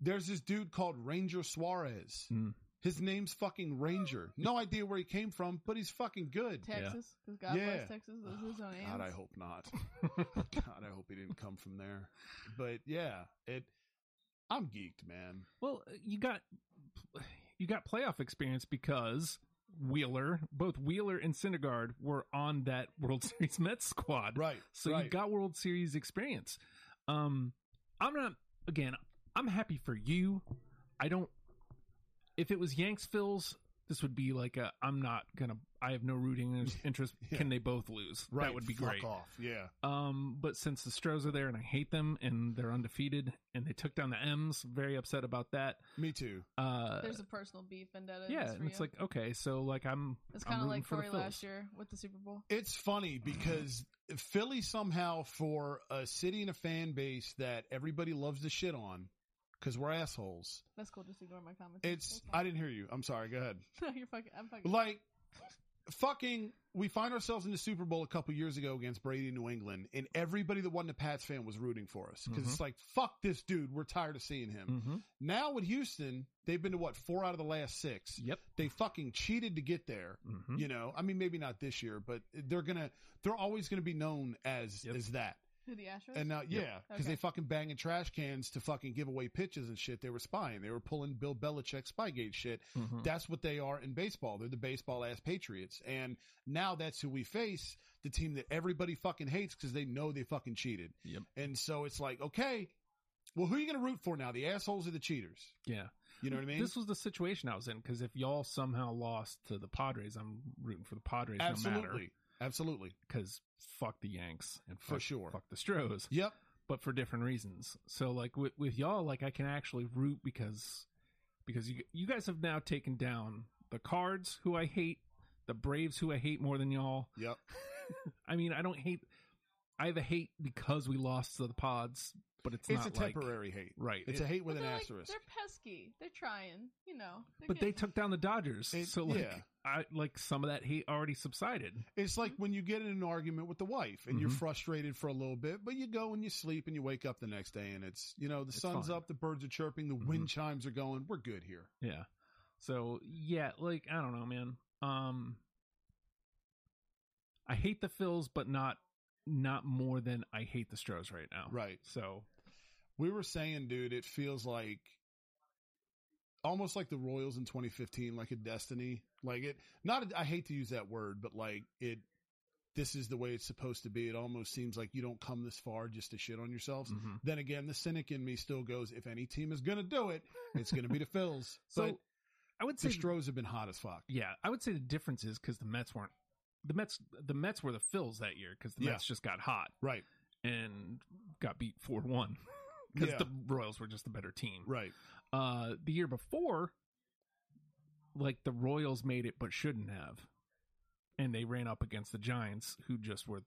A: there's this dude called Ranger Suarez.
B: Hmm.
A: His name's fucking Ranger. No idea where he came from, but he's fucking good.
C: Texas, because God
A: Yeah.
C: bless Texas. This is his own
A: (sighs) God, I
C: ends.
A: hope not. God, I hope he didn't come from there. But yeah, it. I'm geeked, man.
B: Well, uh, you got you got playoff experience because Wheeler, both Wheeler and Syndergaard were on that (laughs) World Series Mets squad.
A: Right.
B: So
A: right.
B: you got World Series experience. Um I'm not again, I'm happy for you. I don't if it was Yanks Phils, this would be like a I'm not gonna I have no rooting
A: (laughs)
B: interest.
A: Yeah.
B: Can they both lose?
A: right.
B: That would be
A: Fuck
B: great.
A: Off. Yeah.
B: Um, but since the Stros are there and I hate them and they're undefeated and they took down the M's, very upset about that.
A: Me too.
B: Uh,
C: There's a personal beef vendetta. in
B: yeah,
C: this for
B: and it's
C: you.
B: like okay, so like I'm
C: it's
B: I'm
C: kind of
B: rooting
C: like
B: for the
C: Corey
B: Phils.
C: last year with the Super Bowl.
A: It's funny because Philly somehow for a city and a fan base that everybody loves to shit on because we're assholes.
C: That's cool. Just ignore my comments. (laughs)
A: It's I didn't hear you. I'm sorry. Go ahead.
C: no, you're fucking. I'm fucking.
A: Like fucking we find ourselves in the Super Bowl a couple years ago against Brady and New England, and everybody that wasn't a Pats fan was rooting for us because it's like fuck this dude, we're tired of seeing him.
B: Mm-hmm.
A: Now with Houston, they've been to what four out of the last six.
B: Yep.
A: They fucking cheated to get there.
B: Mm-hmm.
A: You know, I mean, maybe not this year, but they're gonna they're always gonna be known as
B: Yep.
A: as that.
C: Who the Astros?
A: And now, yeah, because
C: Okay.
A: they fucking banging trash cans to fucking give away pitches and shit. They were spying. They were pulling Bill Belichick spygate shit.
B: Mhm.
A: That's what they are in baseball. They're the baseball ass Patriots. And now that's who we face, the team that everybody fucking hates because they know they fucking cheated.
B: Yep.
A: And so it's like, okay, well, who are you going to root for now? The assholes or the cheaters?
B: Yeah.
A: You know what I mean?
B: This was the situation I was in because if y'all somehow lost to the Padres, I'm rooting for the Padres no matter
A: Absolutely. Absolutely.
B: because fuck the Yanks and
A: For
B: fuck-
A: sure.
B: fuck the Stros,
A: Yep.
B: but for different reasons. So like with, with y'all, like I can actually root because because you you guys have now taken down the Cards, who I hate, the Braves, who I hate more than y'all.
A: Yep.
B: (laughs) I mean, I don't hate. I have a hate because we lost to the Pods, but it's,
A: It's
B: not
A: a
B: like-
A: temporary hate.
B: right.
A: It's a hate with an
C: But they're, like,
A: asterisk.
C: they're pesky. They're trying. You know. They're
B: but they
C: getting-
B: took down the Dodgers,
A: It-
B: so like
A: yeah.
B: I like some of that hate already subsided.
A: It's like
C: mm-hmm.
A: when you get in an argument with the wife and you're
B: Mhm.
A: frustrated for a little bit, but you go and you sleep and you wake up the next day and it's, you know, the
B: It's
A: sun's
B: fine.
A: up, the birds are chirping, the
C: Mm-hmm.
A: wind chimes are going. We're good here.
B: Yeah. So yeah, like I don't know, man. Um, I hate the Phils, but not not more than I hate the Stros right
C: Oh.
B: now.
A: Right.
B: So
A: We were saying, dude, it feels like almost like the Royals in 2015, like a destiny. Like it, not, a, I hate to use that word, but like it, this is the way it's supposed to be. It almost seems like you don't come this far just to shit on yourselves.
B: mhm.
A: Then again, the cynic in me still goes, if any team is going to do it, it's going to be the Phils.
B: (laughs) so
A: but
B: I would say
A: the Stros have been hot as fuck.
B: yeah, I would say the difference is because the Mets weren't the Mets the Mets were the Phils that year because the
A: Yeah.
B: Mets just got hot
A: Right.
B: and got beat four one because
A: Yeah.
B: the Royals were just a better team.
A: Right.
B: Uh, the year before, like the Royals made it but shouldn't have, and they ran up against the Giants, who just were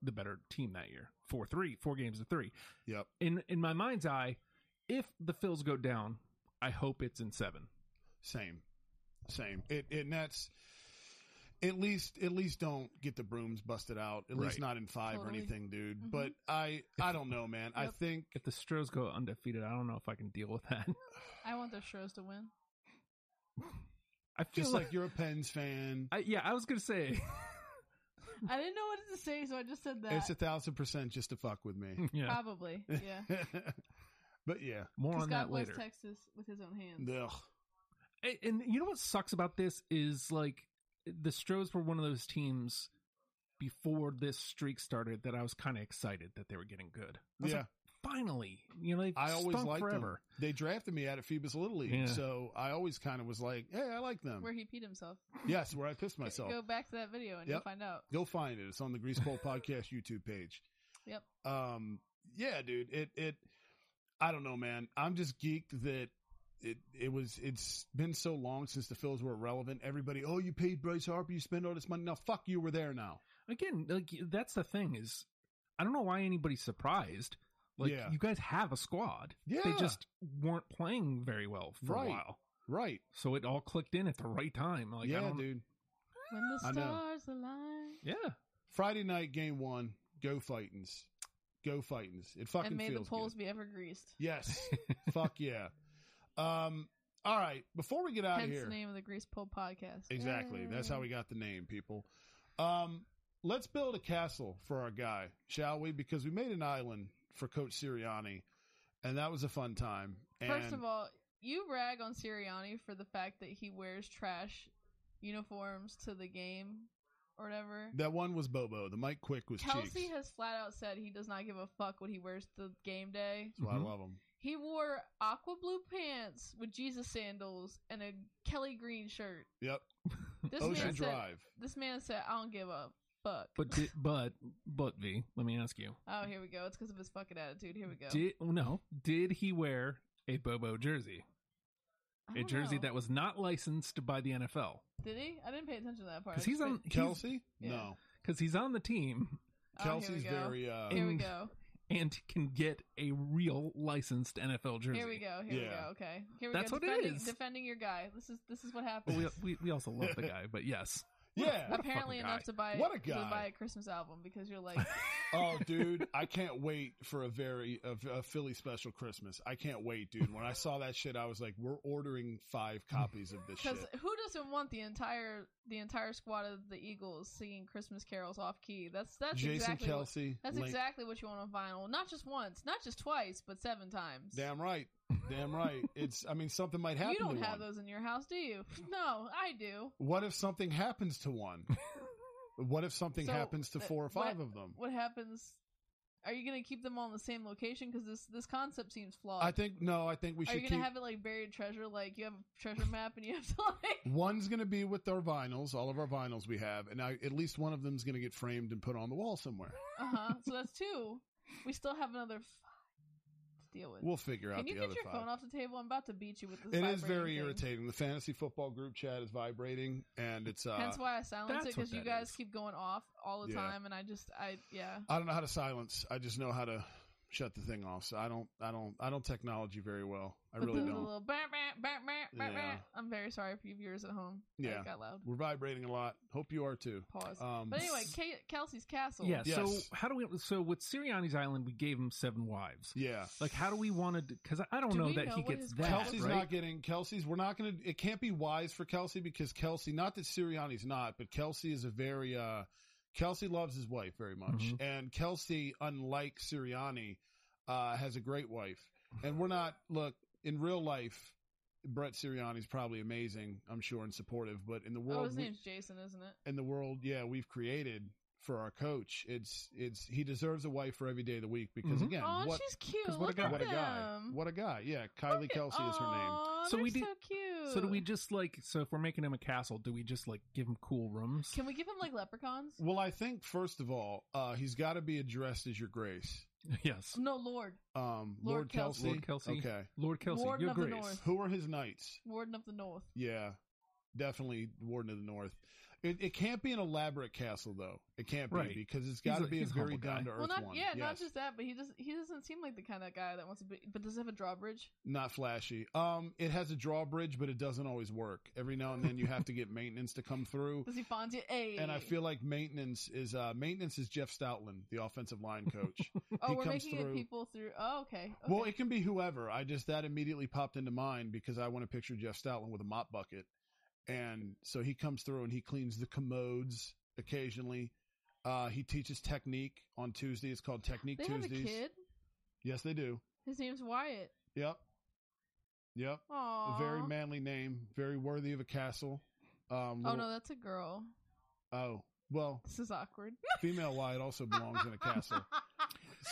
B: the better team that year. Four three, four games to three.
A: Yep.
B: In in my mind's eye, if the Phils go down, I hope it's in seven.
A: Same. Same. It and that's at least at least don't get the brooms busted out. At least
B: Right.
A: not in five or
C: Totally.
A: anything, dude.
C: Mhm.
A: But I I don't know, man. I
C: Yep.
A: think
B: If the Stros go undefeated, I don't know if I can deal with that. (laughs)
C: I want the Astros to win.
B: I feel
A: just
B: like,
A: like you're a Pens fan.
B: I, yeah, I was gonna say, (laughs)
C: I didn't know what to say, so I just said that.
A: It's a thousand percent just to fuck
B: (laughs)
A: with me. (laughs)
B: yeah,
C: Probably. Yeah.
A: but yeah.
B: more
C: 'Cause
B: on
C: Uh, God
B: that
C: bless
B: later.
C: Texas with his own hands.
A: Ugh.
B: A- and you know what sucks about this is like the Stros were one of those teams before this streak started that I was kind of excited that they were getting good. I was
A: Yeah.
B: like, finally, you know, they've
A: I always
B: stunk
A: liked
B: forever.
A: them. They drafted me out of Phoebus Little League,
B: Yeah.
A: so I always kind of was like, "Hey, I like them."
C: Where he peed himself. (laughs)
A: yes, where I pissed myself.
C: Go back to that video and
A: Yep.
C: you'll find out.
A: Go find it. It's on the
C: (laughs)
A: Greaseball Podcast YouTube page.
C: Yep.
A: Um. Yeah, dude. It. It. I don't know, man. I'm just geeked that it. It was. It's been so long since the Phils were relevant. Everybody. Oh, you paid Bryce Harper. You spent all this money. Now, fuck you. We're there now.
B: Again, like that's the thing is, I don't know why anybody's surprised. Like
A: Yeah.
B: you guys have a squad.
A: Yeah.
B: They just weren't playing very well for
A: Right.
B: a while.
A: Right.
B: So it all clicked in at the right time. Like I
A: yeah,
B: don't,
A: dude.
C: When the
A: I know.
C: stars align.
B: yeah.
A: Friday night game one. Go Fightins. Go Fightins. It fucking
C: And may the
A: feels
C: poles
A: good.
C: be ever greased.
A: Yes. Fuck yeah. Um. All right. Before we get out of
C: Hence
A: here,
C: the name of the Grease Pole podcast.
A: Exactly. That's how we got the name, people. Um, let's build a castle for our guy, shall we? Because we made an island for Coach Sirianni, and that was a fun time. And
C: First of all, you rag on Sirianni for the fact that he wears trash uniforms to the game or whatever.
A: that one was Bobo. The Mike Quick was
C: Kelsey
A: cheeks.
C: has flat out said he does not give a fuck what he wears to the game day.
A: That's why
B: Mhm.
A: I love him.
C: He wore aqua blue pants with Jesus sandals and a Kelly green shirt.
A: Yep.
C: This
A: Ocean
C: man said,
A: Drive.
C: "This man said I don't give a fuck."
B: But di- but but V, let me ask you.
C: (laughs) oh, here we go. It's because of his fucking attitude. Here we go.
B: Did oh, no? Did he wear a Bobo jersey?
C: I
B: A
C: don't
B: jersey
C: know.
B: that was not licensed by the NFL
C: did he? I didn't pay attention to that part.
B: because he's on because
A: Kelsey?
C: Yeah.
A: No.
B: he's, on the team
C: Oh, here we
A: Kelsey's
C: go.
A: very uh
C: Here we
B: in-
C: go.
B: and can get a real licensed NFL jersey.
C: Here we go. Here we
A: Yeah.
C: go. Okay. Here we
B: That's
C: go.
B: what it
C: defending,
B: is.
C: Defending your guy. This is this is what
B: But
C: happens. (laughs)
B: we, we we also love the guy, but yes,
A: Yeah.
B: What a
C: apparently
B: fucking
C: enough
B: guy.
C: to buy
A: What a
C: to
A: guy.
C: buy a Christmas album because you're
A: (laughs)
C: like
A: Oh, dude, I can't wait for a very a, a Philly special Christmas. I can't wait, dude. When I saw that shit, I was like, we're ordering five copies of
C: (laughs)
A: this shit.
C: because who doesn't want the entire the entire squad of the Eagles singing Christmas carols off key? That's that's
A: Jason
C: exactly what-
A: Kelsey.
C: that's
A: Link-
C: exactly what you want on vinyl. Not just once, not just twice, but seven times.
A: Damn right. Damn right. It's. I mean, something might happen.
C: you don't
A: to
C: have
A: one.
C: those in your house, do you? (laughs) No, I do.
A: What if something happens to one?
C: (laughs)
A: What if something
C: So,
A: happens to
C: uh,
A: four or
C: what-
A: five of them?
C: What happens? Are you gonna keep them all in the same location? Because this this concept seems flawed.
A: I think no. I think we
C: Are
A: should
C: you
A: keep.
C: gonna have it like buried treasure? Like you have a treasure map and you have to (laughs) like.
A: One's going to be with our vinyls, all of our vinyls we have, and I, at least one of them's going to get framed and put on the wall somewhere.
C: Uh
A: Uh-huh.
C: huh. (laughs) So that's two. We still have another five to deal with.
A: We'll figure out
C: Can you
A: the
C: get
A: other
C: your
A: five.
C: phone off the table? I'm about to beat you with this.
A: It is
C: vibrating
A: very
C: thing.
A: irritating. The fantasy football group chat is vibrating, and it's. Uh,
C: Hence why I silence it
B: that's what
C: because you
B: that
C: guys
B: is.
C: keep going off all the
A: Yeah.
C: time, and I just I yeah.
A: I don't know how to silence. I just know how to shut the thing off. So I don't. I don't. I don't technology very well.
C: (laughs)
A: I
C: With
A: really
C: the, the
A: don't.
C: little bah, bah, bah, bah, bah, bah.
A: Yeah.
C: I'm very sorry for you viewers at home.
A: Yeah.
C: that got loud.
A: We're vibrating a lot. Hope you are too.
C: Pause.
A: Um,
C: But anyway, K- Kelsey's castle.
B: Yeah. So
A: Yes.
B: how do we? So with Sirianni's island, we gave him seven wives.
A: yeah.
B: Like, how do we want to? Because I don't
C: Do
B: know
C: we
B: that
C: know
B: he
C: what
B: gets
C: his
B: that.
A: Kelsey's
B: right?
A: not getting Kelsey's. We're not going to. It can't be wise for Kelsey because Kelsey. Not that Sirianni's not, but Kelsey is a very. uh Kelsey loves his wife very much,
B: Mhm.
A: and Kelsey, unlike Sirianni, uh, has a great wife. And we're not look in real life. Brett Sirianni's probably amazing, I'm sure, and supportive. But in the
C: Oh,
A: world,
C: his
A: we-
C: name's Jason, isn't it?
A: in the world, yeah, we've created for our coach, it's it's he deserves a wife for every day of the week because
B: Mhm.
A: again,
C: oh, and
A: what
C: she's cute.
B: 'cause what a
C: Look
B: guy-
C: at
A: what a
C: them.
A: guy, what a guy, yeah. Kylie Kelsey is her name.
C: Aw,
B: So
C: they're
B: we do-
C: so cute.
B: So do we just like? So if we're making him a castle, do we just like give him cool rooms?
C: Can we give him like leprechauns?
A: Well, I think first of all, uh, he's got to be addressed as your grace,
B: (laughs) yes,
C: No, Lord,
A: um, Lord,
C: Lord Kelsey.
A: Kelsey.
B: Lord Kelsey.
A: Okay,
B: Lord Kelsey,
C: Warden
B: your
C: of the
B: grace.
C: North.
A: who are his knights?
C: Warden of the North.
A: Yeah, definitely Warden of the North. It, it can't be an elaborate castle though. It can't be
B: Right.
A: because
B: He's
A: it's got to
B: a-
A: be a
B: he's a humble
A: very
B: guy.
A: down to earth
C: Well, not
A: one.
C: yeah, not
A: Yes.
C: just that, but he does. He doesn't seem like the kind of guy that wants to be. But does it have a drawbridge?
A: Not flashy. Um, it has a drawbridge, but it doesn't always work. Every now and then, you have to get maintenance to come through.
C: (laughs) Does he Fonzie? Hey,
A: And I feel like maintenance is uh, maintenance is Jeff Stoutland, the offensive line coach.
C: Oh,
A: he
C: we're
A: comes
C: making
A: through-
C: it people through. Oh, okay. okay.
A: Well, it can be whoever. I just that immediately popped into mind because I want to picture Jeff Stoutland with a mop bucket, and so he comes through and he cleans the commodes occasionally. Uh, he teaches technique on Tuesday. It's called Technique
C: they
A: Tuesdays.
C: have a kid.
A: Yes, they do.
C: His name's Wyatt.
A: Yep, yep.
C: Aww.
A: A very manly name, very worthy of a castle. Um,
C: Oh
A: little-
C: no, that's a girl.
A: oh well,
C: This is awkward.
A: female Wyatt also (laughs) belongs
C: (laughs)
A: in a castle.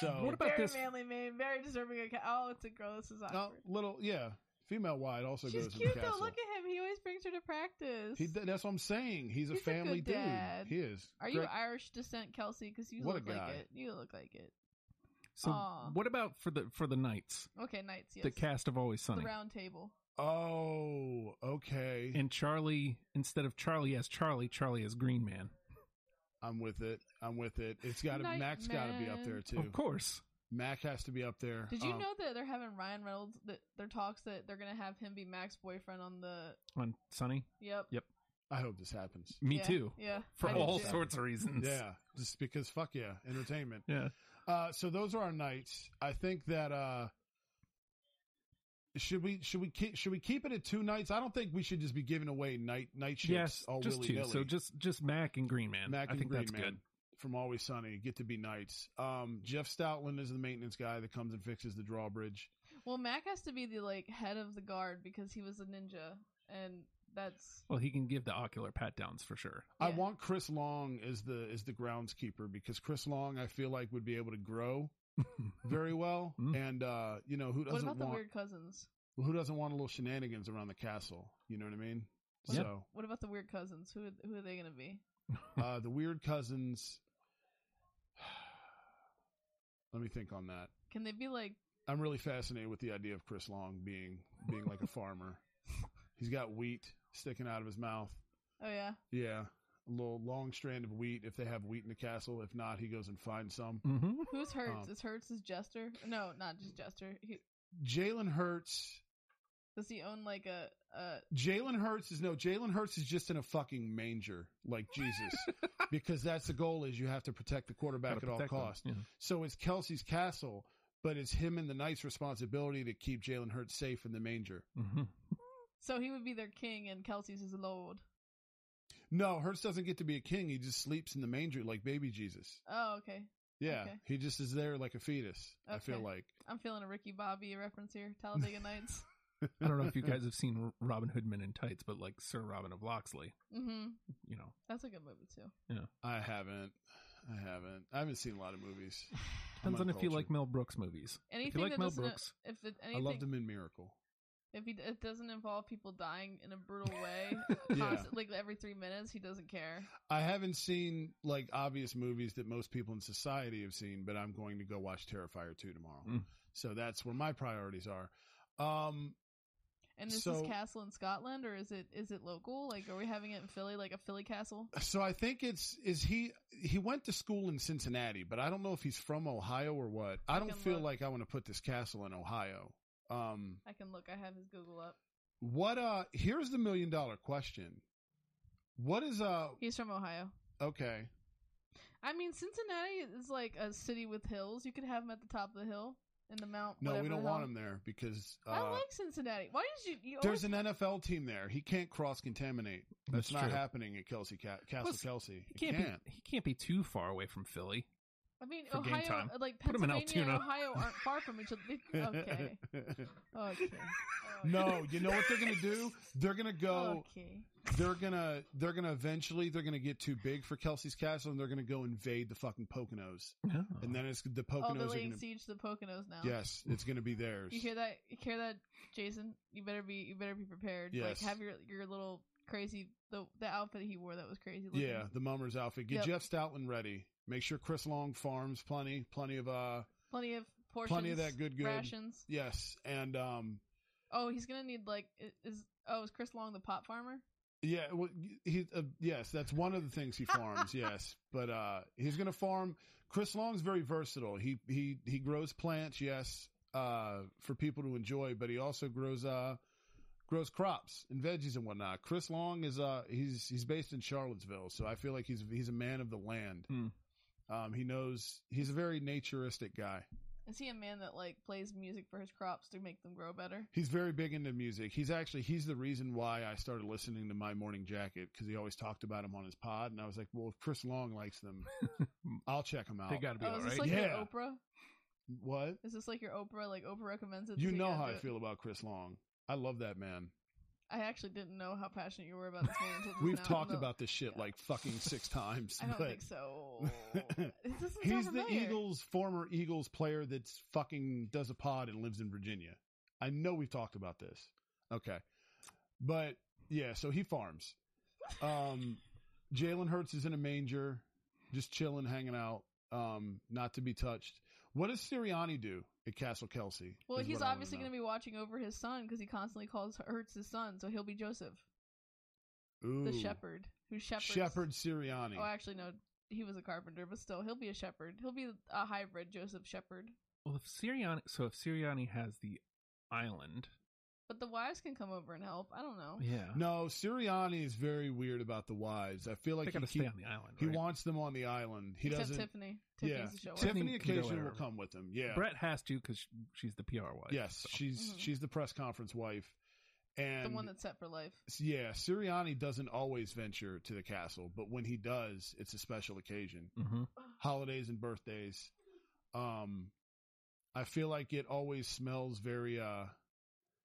A: So
B: What about
C: very
B: this-
C: manly man, very deserving. Of ca- oh, it's a girl. This is awkward.
A: No, uh, little yeah, female wide also
C: She's
A: goes to
C: cute
A: the
C: though.
A: castle.
C: Look at him. He always brings her to practice.
A: he, that's what I'm saying. He's a
C: He's a
A: family
C: good
A: dude.
C: dad.
A: He is.
C: Are you
A: Greg-
C: Irish descent, Kelsey? Because you
A: What a
C: look like
A: guy.
C: it. You look like it.
B: So
C: Aw.
B: what about for the for the knights,
C: Okay, knights. Yes.
B: the cast of Always
C: The
B: Sunny,
C: round table.
A: oh, okay.
B: and Charlie instead of Charlie as Charlie, Charlie as Green Man.
A: I'm with it. I'm with it. It's got to
C: Night
A: Mac's got to be up
C: man.
A: there too.
B: Of course,
A: Mac has to be up there.
C: Did you
A: Um,
C: know that they're having Ryan Reynolds? That their talks that they're gonna have him be Mac's boyfriend on the.
B: on Sunny.
C: Yep.
A: I hope this happens.
B: Me
C: Yeah,
B: too,
C: Yeah.
B: for
C: I do
B: all
C: too.
B: sorts of reasons.
A: Yeah, just because fuck yeah, entertainment.
B: yeah.
A: Uh, so those are our nights. I think that uh, should we should we keep, should we keep it at two nights? I don't think we should just be giving away night night shifts
B: Yes,
A: all
B: just
A: willy
B: two.
A: nilly.
B: So just just Mac and Green Man.
A: Mac
B: I
A: and
B: think
A: Green
B: that's
A: Man
B: good.
A: from Always Sunny get to be knights. Um, Jeff Stoutland is the maintenance guy that comes and fixes the drawbridge.
C: Well, Mac has to be the like head of the guard because he was a ninja, and that's
B: Well, he can give the ocular pat downs for
A: (laughs)
B: sure.
A: I
C: Yeah.
A: want Chris Long as the as the groundskeeper because Chris Long I feel like would be able to grow very well.
B: Mm.
A: And uh, you know who
C: what
A: doesn't
C: about the
A: want
C: weird cousins?
A: who doesn't want a little shenanigans around the castle? You know what I mean?
B: Yeah.
A: So
C: What about the weird cousins? Who who are they gonna be?
A: uh, the weird cousins. (sighs) Let me think on that.
C: Can they be like?
A: I'm really fascinated with the idea of Chris Long being being
B: (laughs)
A: like a farmer. He's got wheat sticking out of his mouth.
C: Oh yeah.
A: Yeah, a little long strand of wheat. If they have wheat in the castle, if not, he goes and finds some.
B: hmm
C: Who's Hurts?
A: Um,
C: is Hurts is Jester? No, not just Jester. He,
A: Jalen Hurts
C: Does he own like a a?
A: Jalen Hurts is no Jalen Hurts is just in a fucking manger like
B: (laughs)
A: Jesus because that's the goal is you have to protect the quarterback
B: Gotta
A: at all
B: protect them.
A: costs.
B: Yeah.
A: So it's Kelsey's castle, but it's him and the Knights' responsibility to keep Jalen Hurts safe in the manger.
B: Mhm.
C: So he would be their king, and Kelsey's his lord.
A: No, Hurts doesn't get to be a king. He just sleeps in the manger like baby Jesus.
C: Oh, okay.
A: Yeah,
C: Okay.
A: he just is there like a fetus. I feel
C: Okay.
A: like
C: I'm feeling a Ricky Bobby reference here.
A: (laughs)
C: Talladega Nights.
B: I don't know if you guys have seen R- Robin Hood Men in Tights, but like Sir Robin of Locksley,
C: Mm-hmm.
B: you know,
C: That's a good movie too.
A: I haven't. I haven't. I haven't seen a lot of movies. (sighs)
B: depends on if you
A: uncultured.
B: like Mel Brooks movies. if
C: Anything
B: you like
C: that
B: Mel
C: doesn't
B: Brooks,
C: if it,
A: I
C: anything
A: loved him in Miracle.
C: if he, it doesn't involve people dying in a brutal way,
A: (laughs) Yeah.
B: (laughs)
C: constant, like every three minutes, he doesn't care.
A: I haven't seen like obvious movies that most people in society have seen, but I'm going to go watch Terrifier 2 tomorrow.
B: Mm.
A: So that's where my priorities are. Um,
C: And is
A: So-
C: this castle in Scotland or is it is it local? Like, are we having it in Philly, like a Philly castle?
A: so I think it's is he he went to school in Cincinnati, but I don't know if he's from Ohio or what. I don't
C: can
A: feel
C: look.
A: like I want to put this castle in Ohio. Um,
C: I can look. I have his Google up.
A: what uh here's the million dollar question. What is uh
C: He's from Ohio.
A: okay.
C: I mean, Cincinnati is like a city with hills. You could have him at the top of the hill in the mount.
A: No,
C: whatever
A: we
C: the
A: don't
C: hell.
A: want him there because uh,
C: I like Cincinnati. Why did you? you
A: there's
C: always,
A: an NFL team there. He can't cross contaminate. That's not
B: true.
A: happening at Kelsey Ca- Castle
B: Plus,
A: Kelsey.
B: He
A: It
B: can't, be he can't be too far away from Philly.
C: I mean,
B: for game
C: Ohio,
B: time.
C: like
B: Put him in
C: Pennsylvania and
B: Altoona.
C: Ohio aren't far
A: (laughs)
C: from each other. (laughs) Okay, okay.
A: no, you know what they're gonna do? They're gonna go.
C: Okay.
A: They're gonna. They're gonna eventually. They're gonna get too big for Kelsey's Castle, and they're gonna go invade the fucking Poconos,
B: No.
A: and then it's the
C: Oh,
A: Poconos
C: they're
A: are
C: laying
A: gonna.
C: siege to the Poconos now.
A: Yes, it's gonna be theirs.
C: You hear that? You hear that, Jason? You better be. You better be prepared.
A: Yes.
C: Like have your your little crazy the the outfit he wore that was crazy. Looking.
A: Yeah, the Mummers outfit. Get
C: Yep.
A: Jeff Stoutland ready. Make sure Chris Long farms plenty, plenty of uh,
C: Plenty of portions.
A: plenty of that good good.
C: Rations.
A: Yes, and um,
C: Oh, he's gonna need like i- is oh is Chris Long the pot farmer?
A: Yeah, well, he uh, yes, that's one of the things he farms. yes, but uh, he's going to farm. Chris Long's very versatile. He he he grows plants. Yes, uh, for people to enjoy, but he also grows uh grows crops and veggies and whatnot. Chris Long is uh he's he's based in Charlottesville, so I feel like he's he's a man of the land.
B: Hmm.
A: Um, he knows he's a very naturistic guy.
C: Is he a man that like plays music for his crops to make them grow better?
A: He's very big into music. He's actually he's the reason why I started listening to My Morning Jacket because he always talked about him on his pod, and I was like, well, if Chris Long
B: (laughs)
A: likes them, I'll check him out.
B: they got to be
C: Oh,
B: all
C: is this
B: right.
C: like
A: Yeah.
C: your Oprah?
A: what?
C: Is this like your Oprah? Like Oprah recommends it.
A: You
C: so
A: know
C: gotta
A: how
C: do
A: I
C: it?
A: feel about Chris Long. I love that man.
C: I actually didn't know how passionate you were about this man. Until just
A: We've
C: now.
A: talked
C: No,
A: about this shit like fucking six times.
C: (laughs) I don't
A: but (laughs)
C: think so. This doesn't sound
A: he's the
C: familiar.
A: Eagles former Eagles player that's fucking does a pod and lives in Virginia. I know we've talked about this. Okay. But yeah, so he farms. Um Jalen Hurts is in a manger, just chilling, hanging out, um, not to be touched. What does Sirianni do at Castle Kelsey?
C: Well, he's obviously going to be watching over his son because he constantly calls Hurts his son, so he'll be Joseph,
A: Ooh.
C: the shepherd, who shepherds.
A: Shepherd Sirianni.
C: Oh, actually, no, he was a carpenter, but still, he'll be a shepherd. He'll be a hybrid Joseph shepherd.
B: Well, if Sirianni, so if Sirianni has the island,
C: But the wives can come over and help. I don't
A: Oh,
C: know.
B: yeah,
A: no, Sirianni is very weird about the wives. I feel
B: they
A: like
B: got
A: he,
B: to stay
A: keep-
B: on the island.
A: he
B: right?
A: wants them on the island. He
C: Except
A: doesn't
C: Tiffany. Tiffany's a show
A: yeah.
C: off.
A: Tiffany
B: Tiffany can go
A: occasionally will
B: wherever.
A: come with him. Yeah.
B: Brett has to because she's the PR wife.
A: yes,
B: so.
A: she's
C: Mhm.
A: she's the press conference wife, and
C: the one that's set for life.
A: yeah, Sirianni doesn't always venture to the castle, but when he does, it's a special occasion,
B: Mhm.
A: holidays and birthdays. Um, I feel like it always smells very uh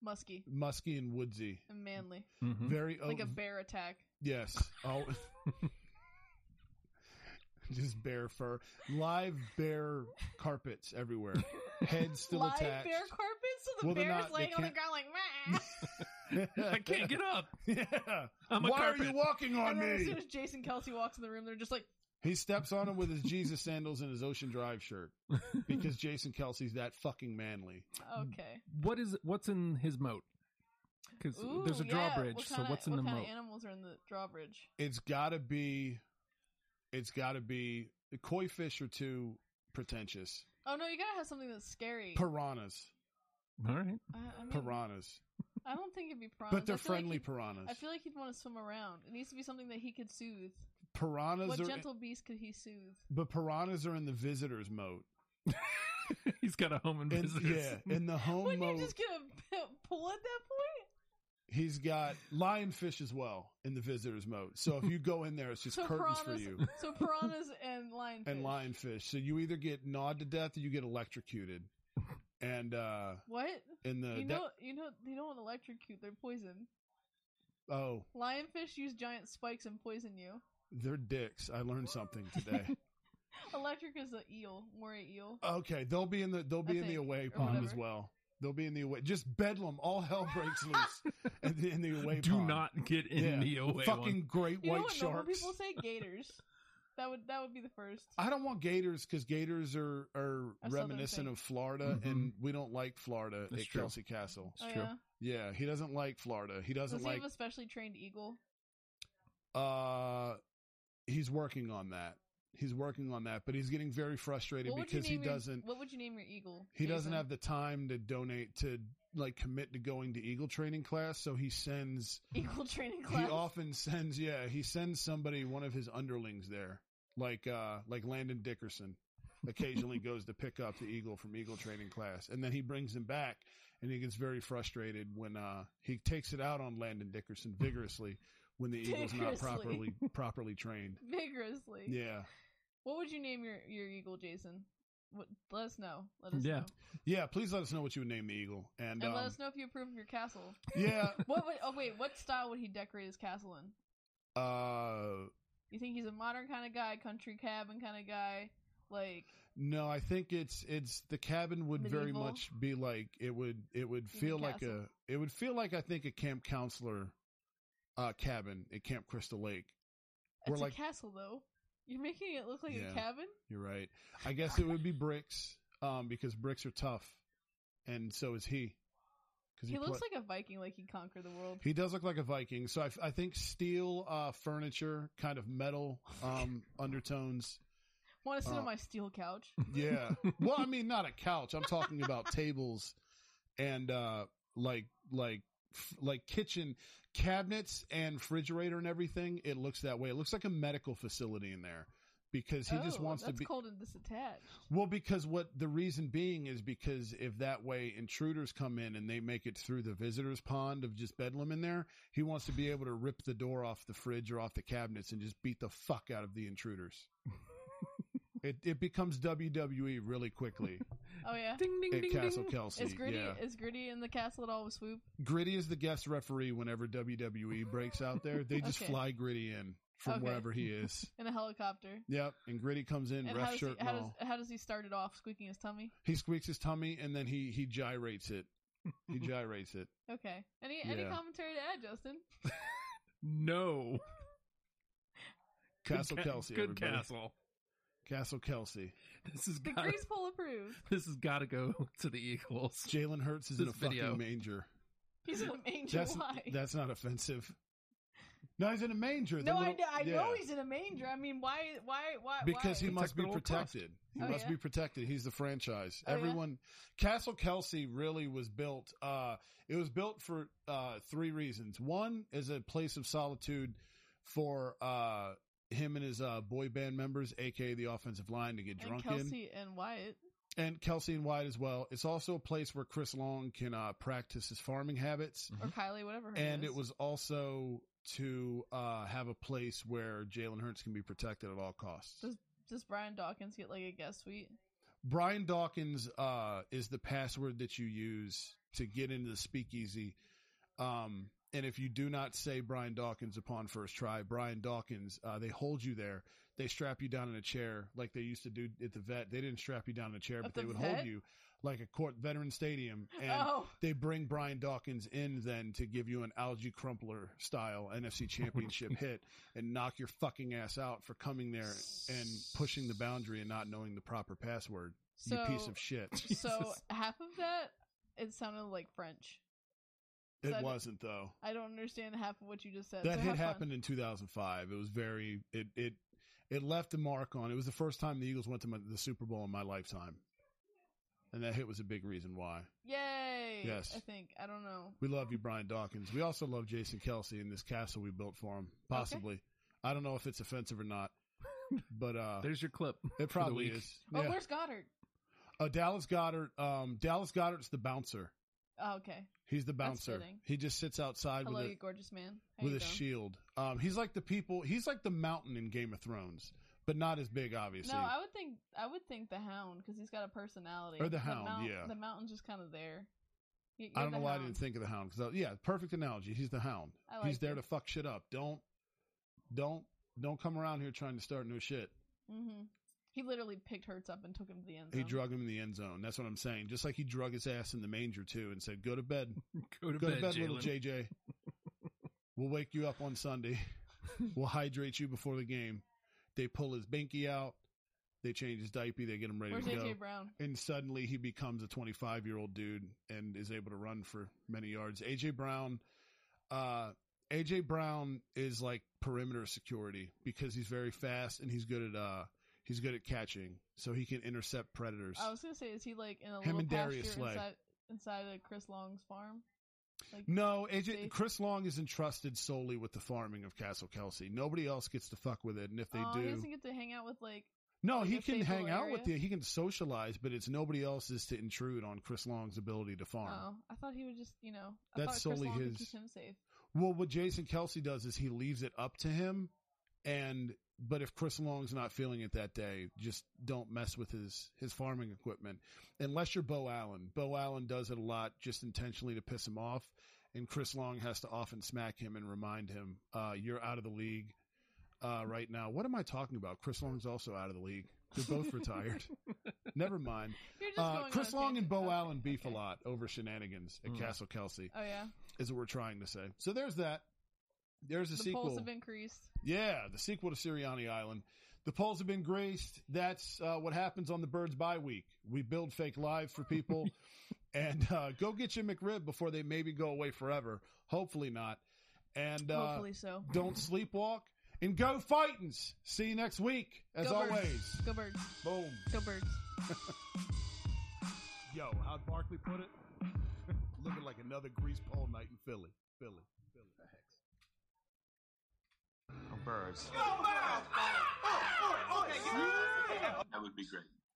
C: Musky
A: musky and woodsy,
C: and manly.
A: (laughs)
B: Mhm.
A: very
C: Like
A: oak-
C: a bear attack.
A: Yes. Oh. (laughs) Just bear fur, live bear carpets
B: (laughs)
A: everywhere, heads still
C: Live
A: attached.
C: bear carpet, so the
A: Well, they're
C: bear's
A: not- they
C: laying on
A: can't-
C: the ground
A: (laughs)
C: like, Meh.
B: I can't get up.
A: yeah.
B: I'm a
A: Why
B: carpet.
A: are you walking on
C: and then as
A: me?
C: soon as Jason Kelsey walks in the room, they're just like,
A: He steps on him with his Jesus sandals and his Ocean Drive shirt (laughs) because Jason Kelsey's that fucking manly.
C: okay.
B: what is what's in his moat? Because
C: Ooh,
B: there's a
C: yeah.
B: drawbridge.
C: What
B: so
C: kinda-
B: what's in the
C: what
B: moat?
C: kind of animals are in the drawbridge?
A: It's gotta be, it's gotta be koi fish are too pretentious.
C: Oh no, you gotta have something that's scary.
A: Piranhas,
B: All right. (laughs)
C: I, I mean,
A: piranhas.
C: I I don't think it'd be piranhas.
A: But
C: I
A: they're
C: feel like
A: friendly
C: he'd-
A: piranhas.
C: I feel like he'd want to swim around. It needs to be something that he could soothe.
A: piranhas
C: What
A: are,
C: gentle beast could he soothe?
A: but piranhas are in the visitors mode.
B: He's got a home and
A: In,
B: visitors.
A: yeah, in the home
C: Wouldn't
A: mode,
C: you just get a pull at that point?
A: he's got lionfish as well in the visitors mode. So if you go in there, it's just curtains for you
C: (laughs) So piranhas and lionfish.
A: and lionfish. So you either get gnawed to death or you get electrocuted. And uh
C: What?
A: in the
C: you know, you know, they don't electrocute. They're poison.
A: that- oh,
C: Lionfish use giant spikes and poison you.
A: they're dicks. I learned something today.
C: (laughs) Electric is the eel, moray eel.
A: Okay, they'll be in the they'll be
C: I
A: in the
C: think,
A: away
C: or
A: pond as
C: whatever.
A: well. They'll be in the away. Just bedlam. All hell
C: (laughs)
A: breaks loose in the, in the away
B: (laughs) Do
A: pond.
B: not get in
A: Yeah,
B: the away
A: fucking
B: one.
A: great
C: you know
A: white
C: what normal
A: sharks. Ah,
C: people say? Gators. that would that would be the first.
A: I don't want gators because gators are are
C: A southern
A: reminiscent
C: thing.
A: of Florida,
B: Mhm.
A: and we don't like Florida
B: That's
A: at
B: true.
A: Kelsey Castle.
B: It's
C: oh
B: true.
C: yeah.
A: Yeah, he doesn't like Florida. He
C: Does
A: doesn't
C: he
A: like.
C: have a specially trained eagle?
A: uh, he's working on that. He's working on that, but he's getting very frustrated
C: What would you
A: because
C: name
A: he
C: your,
A: doesn't.
C: What would you name your eagle?
A: he doesn't
C: Jason?
A: have the time to donate to like commit to going to eagle training class so he sends
C: (laughs) eagle training class.
A: he often sends yeah he sends somebody one of his underlings there like uh like landon dickerson occasionally
C: (laughs)
A: goes to pick up the eagle from eagle training class and then he brings him back and he gets very frustrated when uh he takes it out on landon dickerson vigorously when the eagle's not
C: Vigorously.
A: properly properly trained
C: Vigorously.
A: yeah
C: What would you name your, your eagle, Jason? What, let us know. Let us
B: Yeah.
C: know.
A: yeah please let us know what you would name the eagle and,
C: And let
A: um,
C: us know if you approve of your castle.
A: yeah
C: What would? Oh wait, what style would he decorate his castle in?
A: uh
C: You think he's a modern kind of guy, country cabin kind of guy, like
A: No, I think it's it's the cabin would very
C: Medieval?
A: much be like it would it would
C: Even
A: feel like a
C: castle.
A: it would feel like I think a camp counselor uh cabin at Camp Crystal Lake. We're
C: it's
A: like-
C: a castle though. You're making it look like
A: Yeah.
C: a cabin.
A: You're right. I guess it would be bricks um because bricks are tough and so is he. Cuz
C: He looks like a Viking, like he conquered the world.
A: he does look like a Viking. So I, I think steel uh furniture, kind of metal
C: (laughs)
A: um undertones.
C: Want to sit
A: Uh,
C: on my steel couch?
A: Yeah. well, I mean, not a couch. I'm talking about tables and uh like like f- like kitchen cabinets and refrigerator and everything. It looks that way. It looks like a medical facility in there because he just
C: Oh,
A: wants to
C: that's
A: be
C: cold and disattached.
A: well because what the reason being is because if that way intruders come in and they make it through the visitors pond of just bedlam in there he wants to be able to rip the door off the fridge or off the cabinets and just beat the fuck out of the intruders it it becomes wwe really quickly (laughs)
C: Oh yeah,
B: Ding ding
A: at
B: ding
A: Castle
B: ding.
A: Kelsey.
C: is gritty
A: Yeah.
C: is gritty in the castle at all with swoop?
A: Gritty is the guest referee whenever WWE breaks out there. They just
C: Okay.
A: fly Gritty in from
C: Okay.
A: wherever he is.
C: in a helicopter.
A: Yep. And Gritty comes in,
C: And how
A: ref
C: does, he,
A: shirt and
C: how, does,
A: all.
C: how does he start it off? Squeaking his tummy.
A: He squeaks his tummy and then he he gyrates it.
B: (laughs)
A: He gyrates it.
C: Okay. Any any
A: Yeah.
C: commentary to add, Justin?
A: (laughs)
B: No. (laughs) Good
A: Castle
B: ca-
A: Kelsey.
B: Good
A: everybody.
B: castle.
A: Castle Kelsey.
B: This is
C: The
B: gotta,
C: grease pole approved.
B: this has got to go (laughs) to the Eagles.
A: Jalen Hurts is in a
B: This video.
A: fucking
C: (laughs)
A: manger. (laughs)
C: He's in a manger.
A: That's
C: Why?
A: that's not offensive. No, he's in a manger. The
C: no, I,
A: little-
C: kn- I
A: yeah.
C: know he's in a manger. I mean, why? Why? Why?
A: because
C: why?
A: he must
B: Protect the
A: be
B: little crust.
A: protected. He
C: Oh,
A: must
C: yeah.
A: be protected. He's the franchise.
C: Oh, yeah.
A: Everyone, Castle Kelsey really was built. Uh, it was built for uh, three reasons. One is a place of solitude for uh, him and his uh, boy band members, aka the offensive line, to get
C: and
A: drunk in,
C: Kelsey and Wyatt.
A: and Kelsey and White as well. It's also a place where Chris Long can uh, practice his farming habits,
C: or Kylie, whatever. Her
A: Hmm? and
C: name
A: it was also to uh, have a place where Jalen Hurts can be protected at all costs.
C: Does- is. does Brian Dawkins get like a guest suite?
A: Brian Dawkins uh, is the password that you use to get into the speakeasy. Um, and if you do not say Brian Dawkins upon first try, Brian Dawkins, uh, they hold you there. They strap you down in a chair like they used to do at the vet. They didn't strap you down in a chair,
C: At
A: but
C: the
A: they would hold
C: vet?
A: you like a court veteran stadium.
C: (laughs)
A: And
C: oh,
A: they bring Brian Dawkins in then to give you an algae crumpler style NFC championship hit and knock your fucking ass out for coming there and pushing the boundary and not knowing the proper password
C: so
A: you piece of shit.
C: (laughs) so
B: Jesus.
C: half of that it sounded like French.
A: It
C: that-
A: wasn't though.
C: I don't understand half of what you just said.
A: That
C: so
A: hit
C: have fun.
A: happened in 2005. It was very it it it left a mark on. It was the first time the Eagles went to my, the Super Bowl in my lifetime, and that hit was a big reason why.
C: Yay! Right.
A: Yes.
C: I think. I don't know.
A: We love you, Brian Dawkins. We also love Jason Kelsey in this castle we built for him. Possibly. I don't know if it's offensive or
C: (laughs)
A: not, but uh,
B: There's your clip. (laughs)
A: it probably
B: week.
A: is.
C: Oh,
A: Yeah.
C: where's Goddard?
A: Uh, Dallas Goddard. Um, Dallas Goddard's the bouncer.
C: Oh, okay.
A: He's the bouncer.
C: fitting.
A: He just sits outside
C: Hello,
A: with
C: you
A: a
C: gorgeous man. How
A: with
C: you
A: a
C: doing?
A: shield. Um, he's like the people. He's like the mountain in Game of Thrones, but not as big, obviously.
C: No, I would think I would think the hound because he's got a personality.
A: Or the hound, yeah.
C: The mountain's just kind of there. Y-
A: I
C: you're
A: don't
C: the
A: know why I
C: hound.
A: didn't think of the hound. 'cause I- yeah, perfect analogy. He's the hound.
C: I
A: he's
C: like
A: there
C: it.
A: to fuck shit up. Don't, don't, don't come around here trying to start no shit.
C: hmm He literally picked Hertz up and took him to the end zone.
A: He drug him in the end zone. That's what I'm saying. Just like he drug his ass in the manger too, and said, "Go to bed,
B: Go to
A: go
B: bed,
A: to bed, little
B: Jalen.
A: JJ. we'll wake you up on
C: (laughs)
A: Sunday. We'll hydrate you before the game." They pull his binky out. They change his diaper. They get him ready
C: Where's
A: to go.
C: AJ Brown?
A: and suddenly he becomes a 25 year old dude and is able to run for many yards. AJ Brown, uh, AJ Brown is like perimeter security because he's very fast and he's good at uh he's good at catching, so he can intercept predators.
C: I was gonna say, is he like in a
A: Him
C: little
A: and
C: pasture
A: Darius Slay.
C: inside inside of Chris Long's farm? Like,
A: no, AJ
C: Safe.
A: Chris Long is entrusted solely with the farming of Castle Kelsey. Nobody else gets to fuck with it, and if they
C: aw,
A: do,
C: Oh, he doesn't get to hang out with like.
A: No,
C: like
A: he
C: a
A: can
C: stable
A: hang out with you.
C: area?
A: He can socialize, but it's nobody else's to intrude on Chris Long's ability to farm.
C: Oh, I thought he would just, you know, I
A: That's
C: thought Chris
A: solely
C: Long
A: his-
C: would keep him safe.
A: Well, what Jason Kelsey does is he leaves it up to him, and but if Chris Long's not feeling it that day, just don't mess with his his farming equipment unless you're Bo Allen. Bo Allen does it a lot, just intentionally to piss him off, and Chris Long has to often smack him and remind him, uh, "You're out of the league." Uh, right now, what am I talking about? Chris Long's also out of the league. They're
C: (laughs)
A: both retired. Never mind.
C: You're just
A: Uh,
C: going
A: Chris
C: on a
A: Long and Bo
C: tangent. Okay,
A: Allen beef a
C: okay.
A: lot over shenanigans at
B: Mm.
A: Castle Kelsey
C: Oh yeah,
A: is what we're trying to say. So there's that. There's a
C: the
A: sequel.
C: polls have increased.
A: yeah, the sequel to Sirianni Island. The polls have been graced. That's uh, what happens on the Birds Bye Week. We build fake lives for people,
C: (laughs)
A: and uh, go get your McRib before they maybe go away forever. Hopefully not. And uh,
C: Hopefully so.
A: don't sleepwalk and go fightins. See you next week. As
C: Go Birds.
A: always,
C: Go birds.
A: boom.
C: Go birds.
A: Yo, how'd Barkley put it? (laughs) Looking like another grease pole night in Philly. Philly. Philly.
D: Birds.
E: That would be great.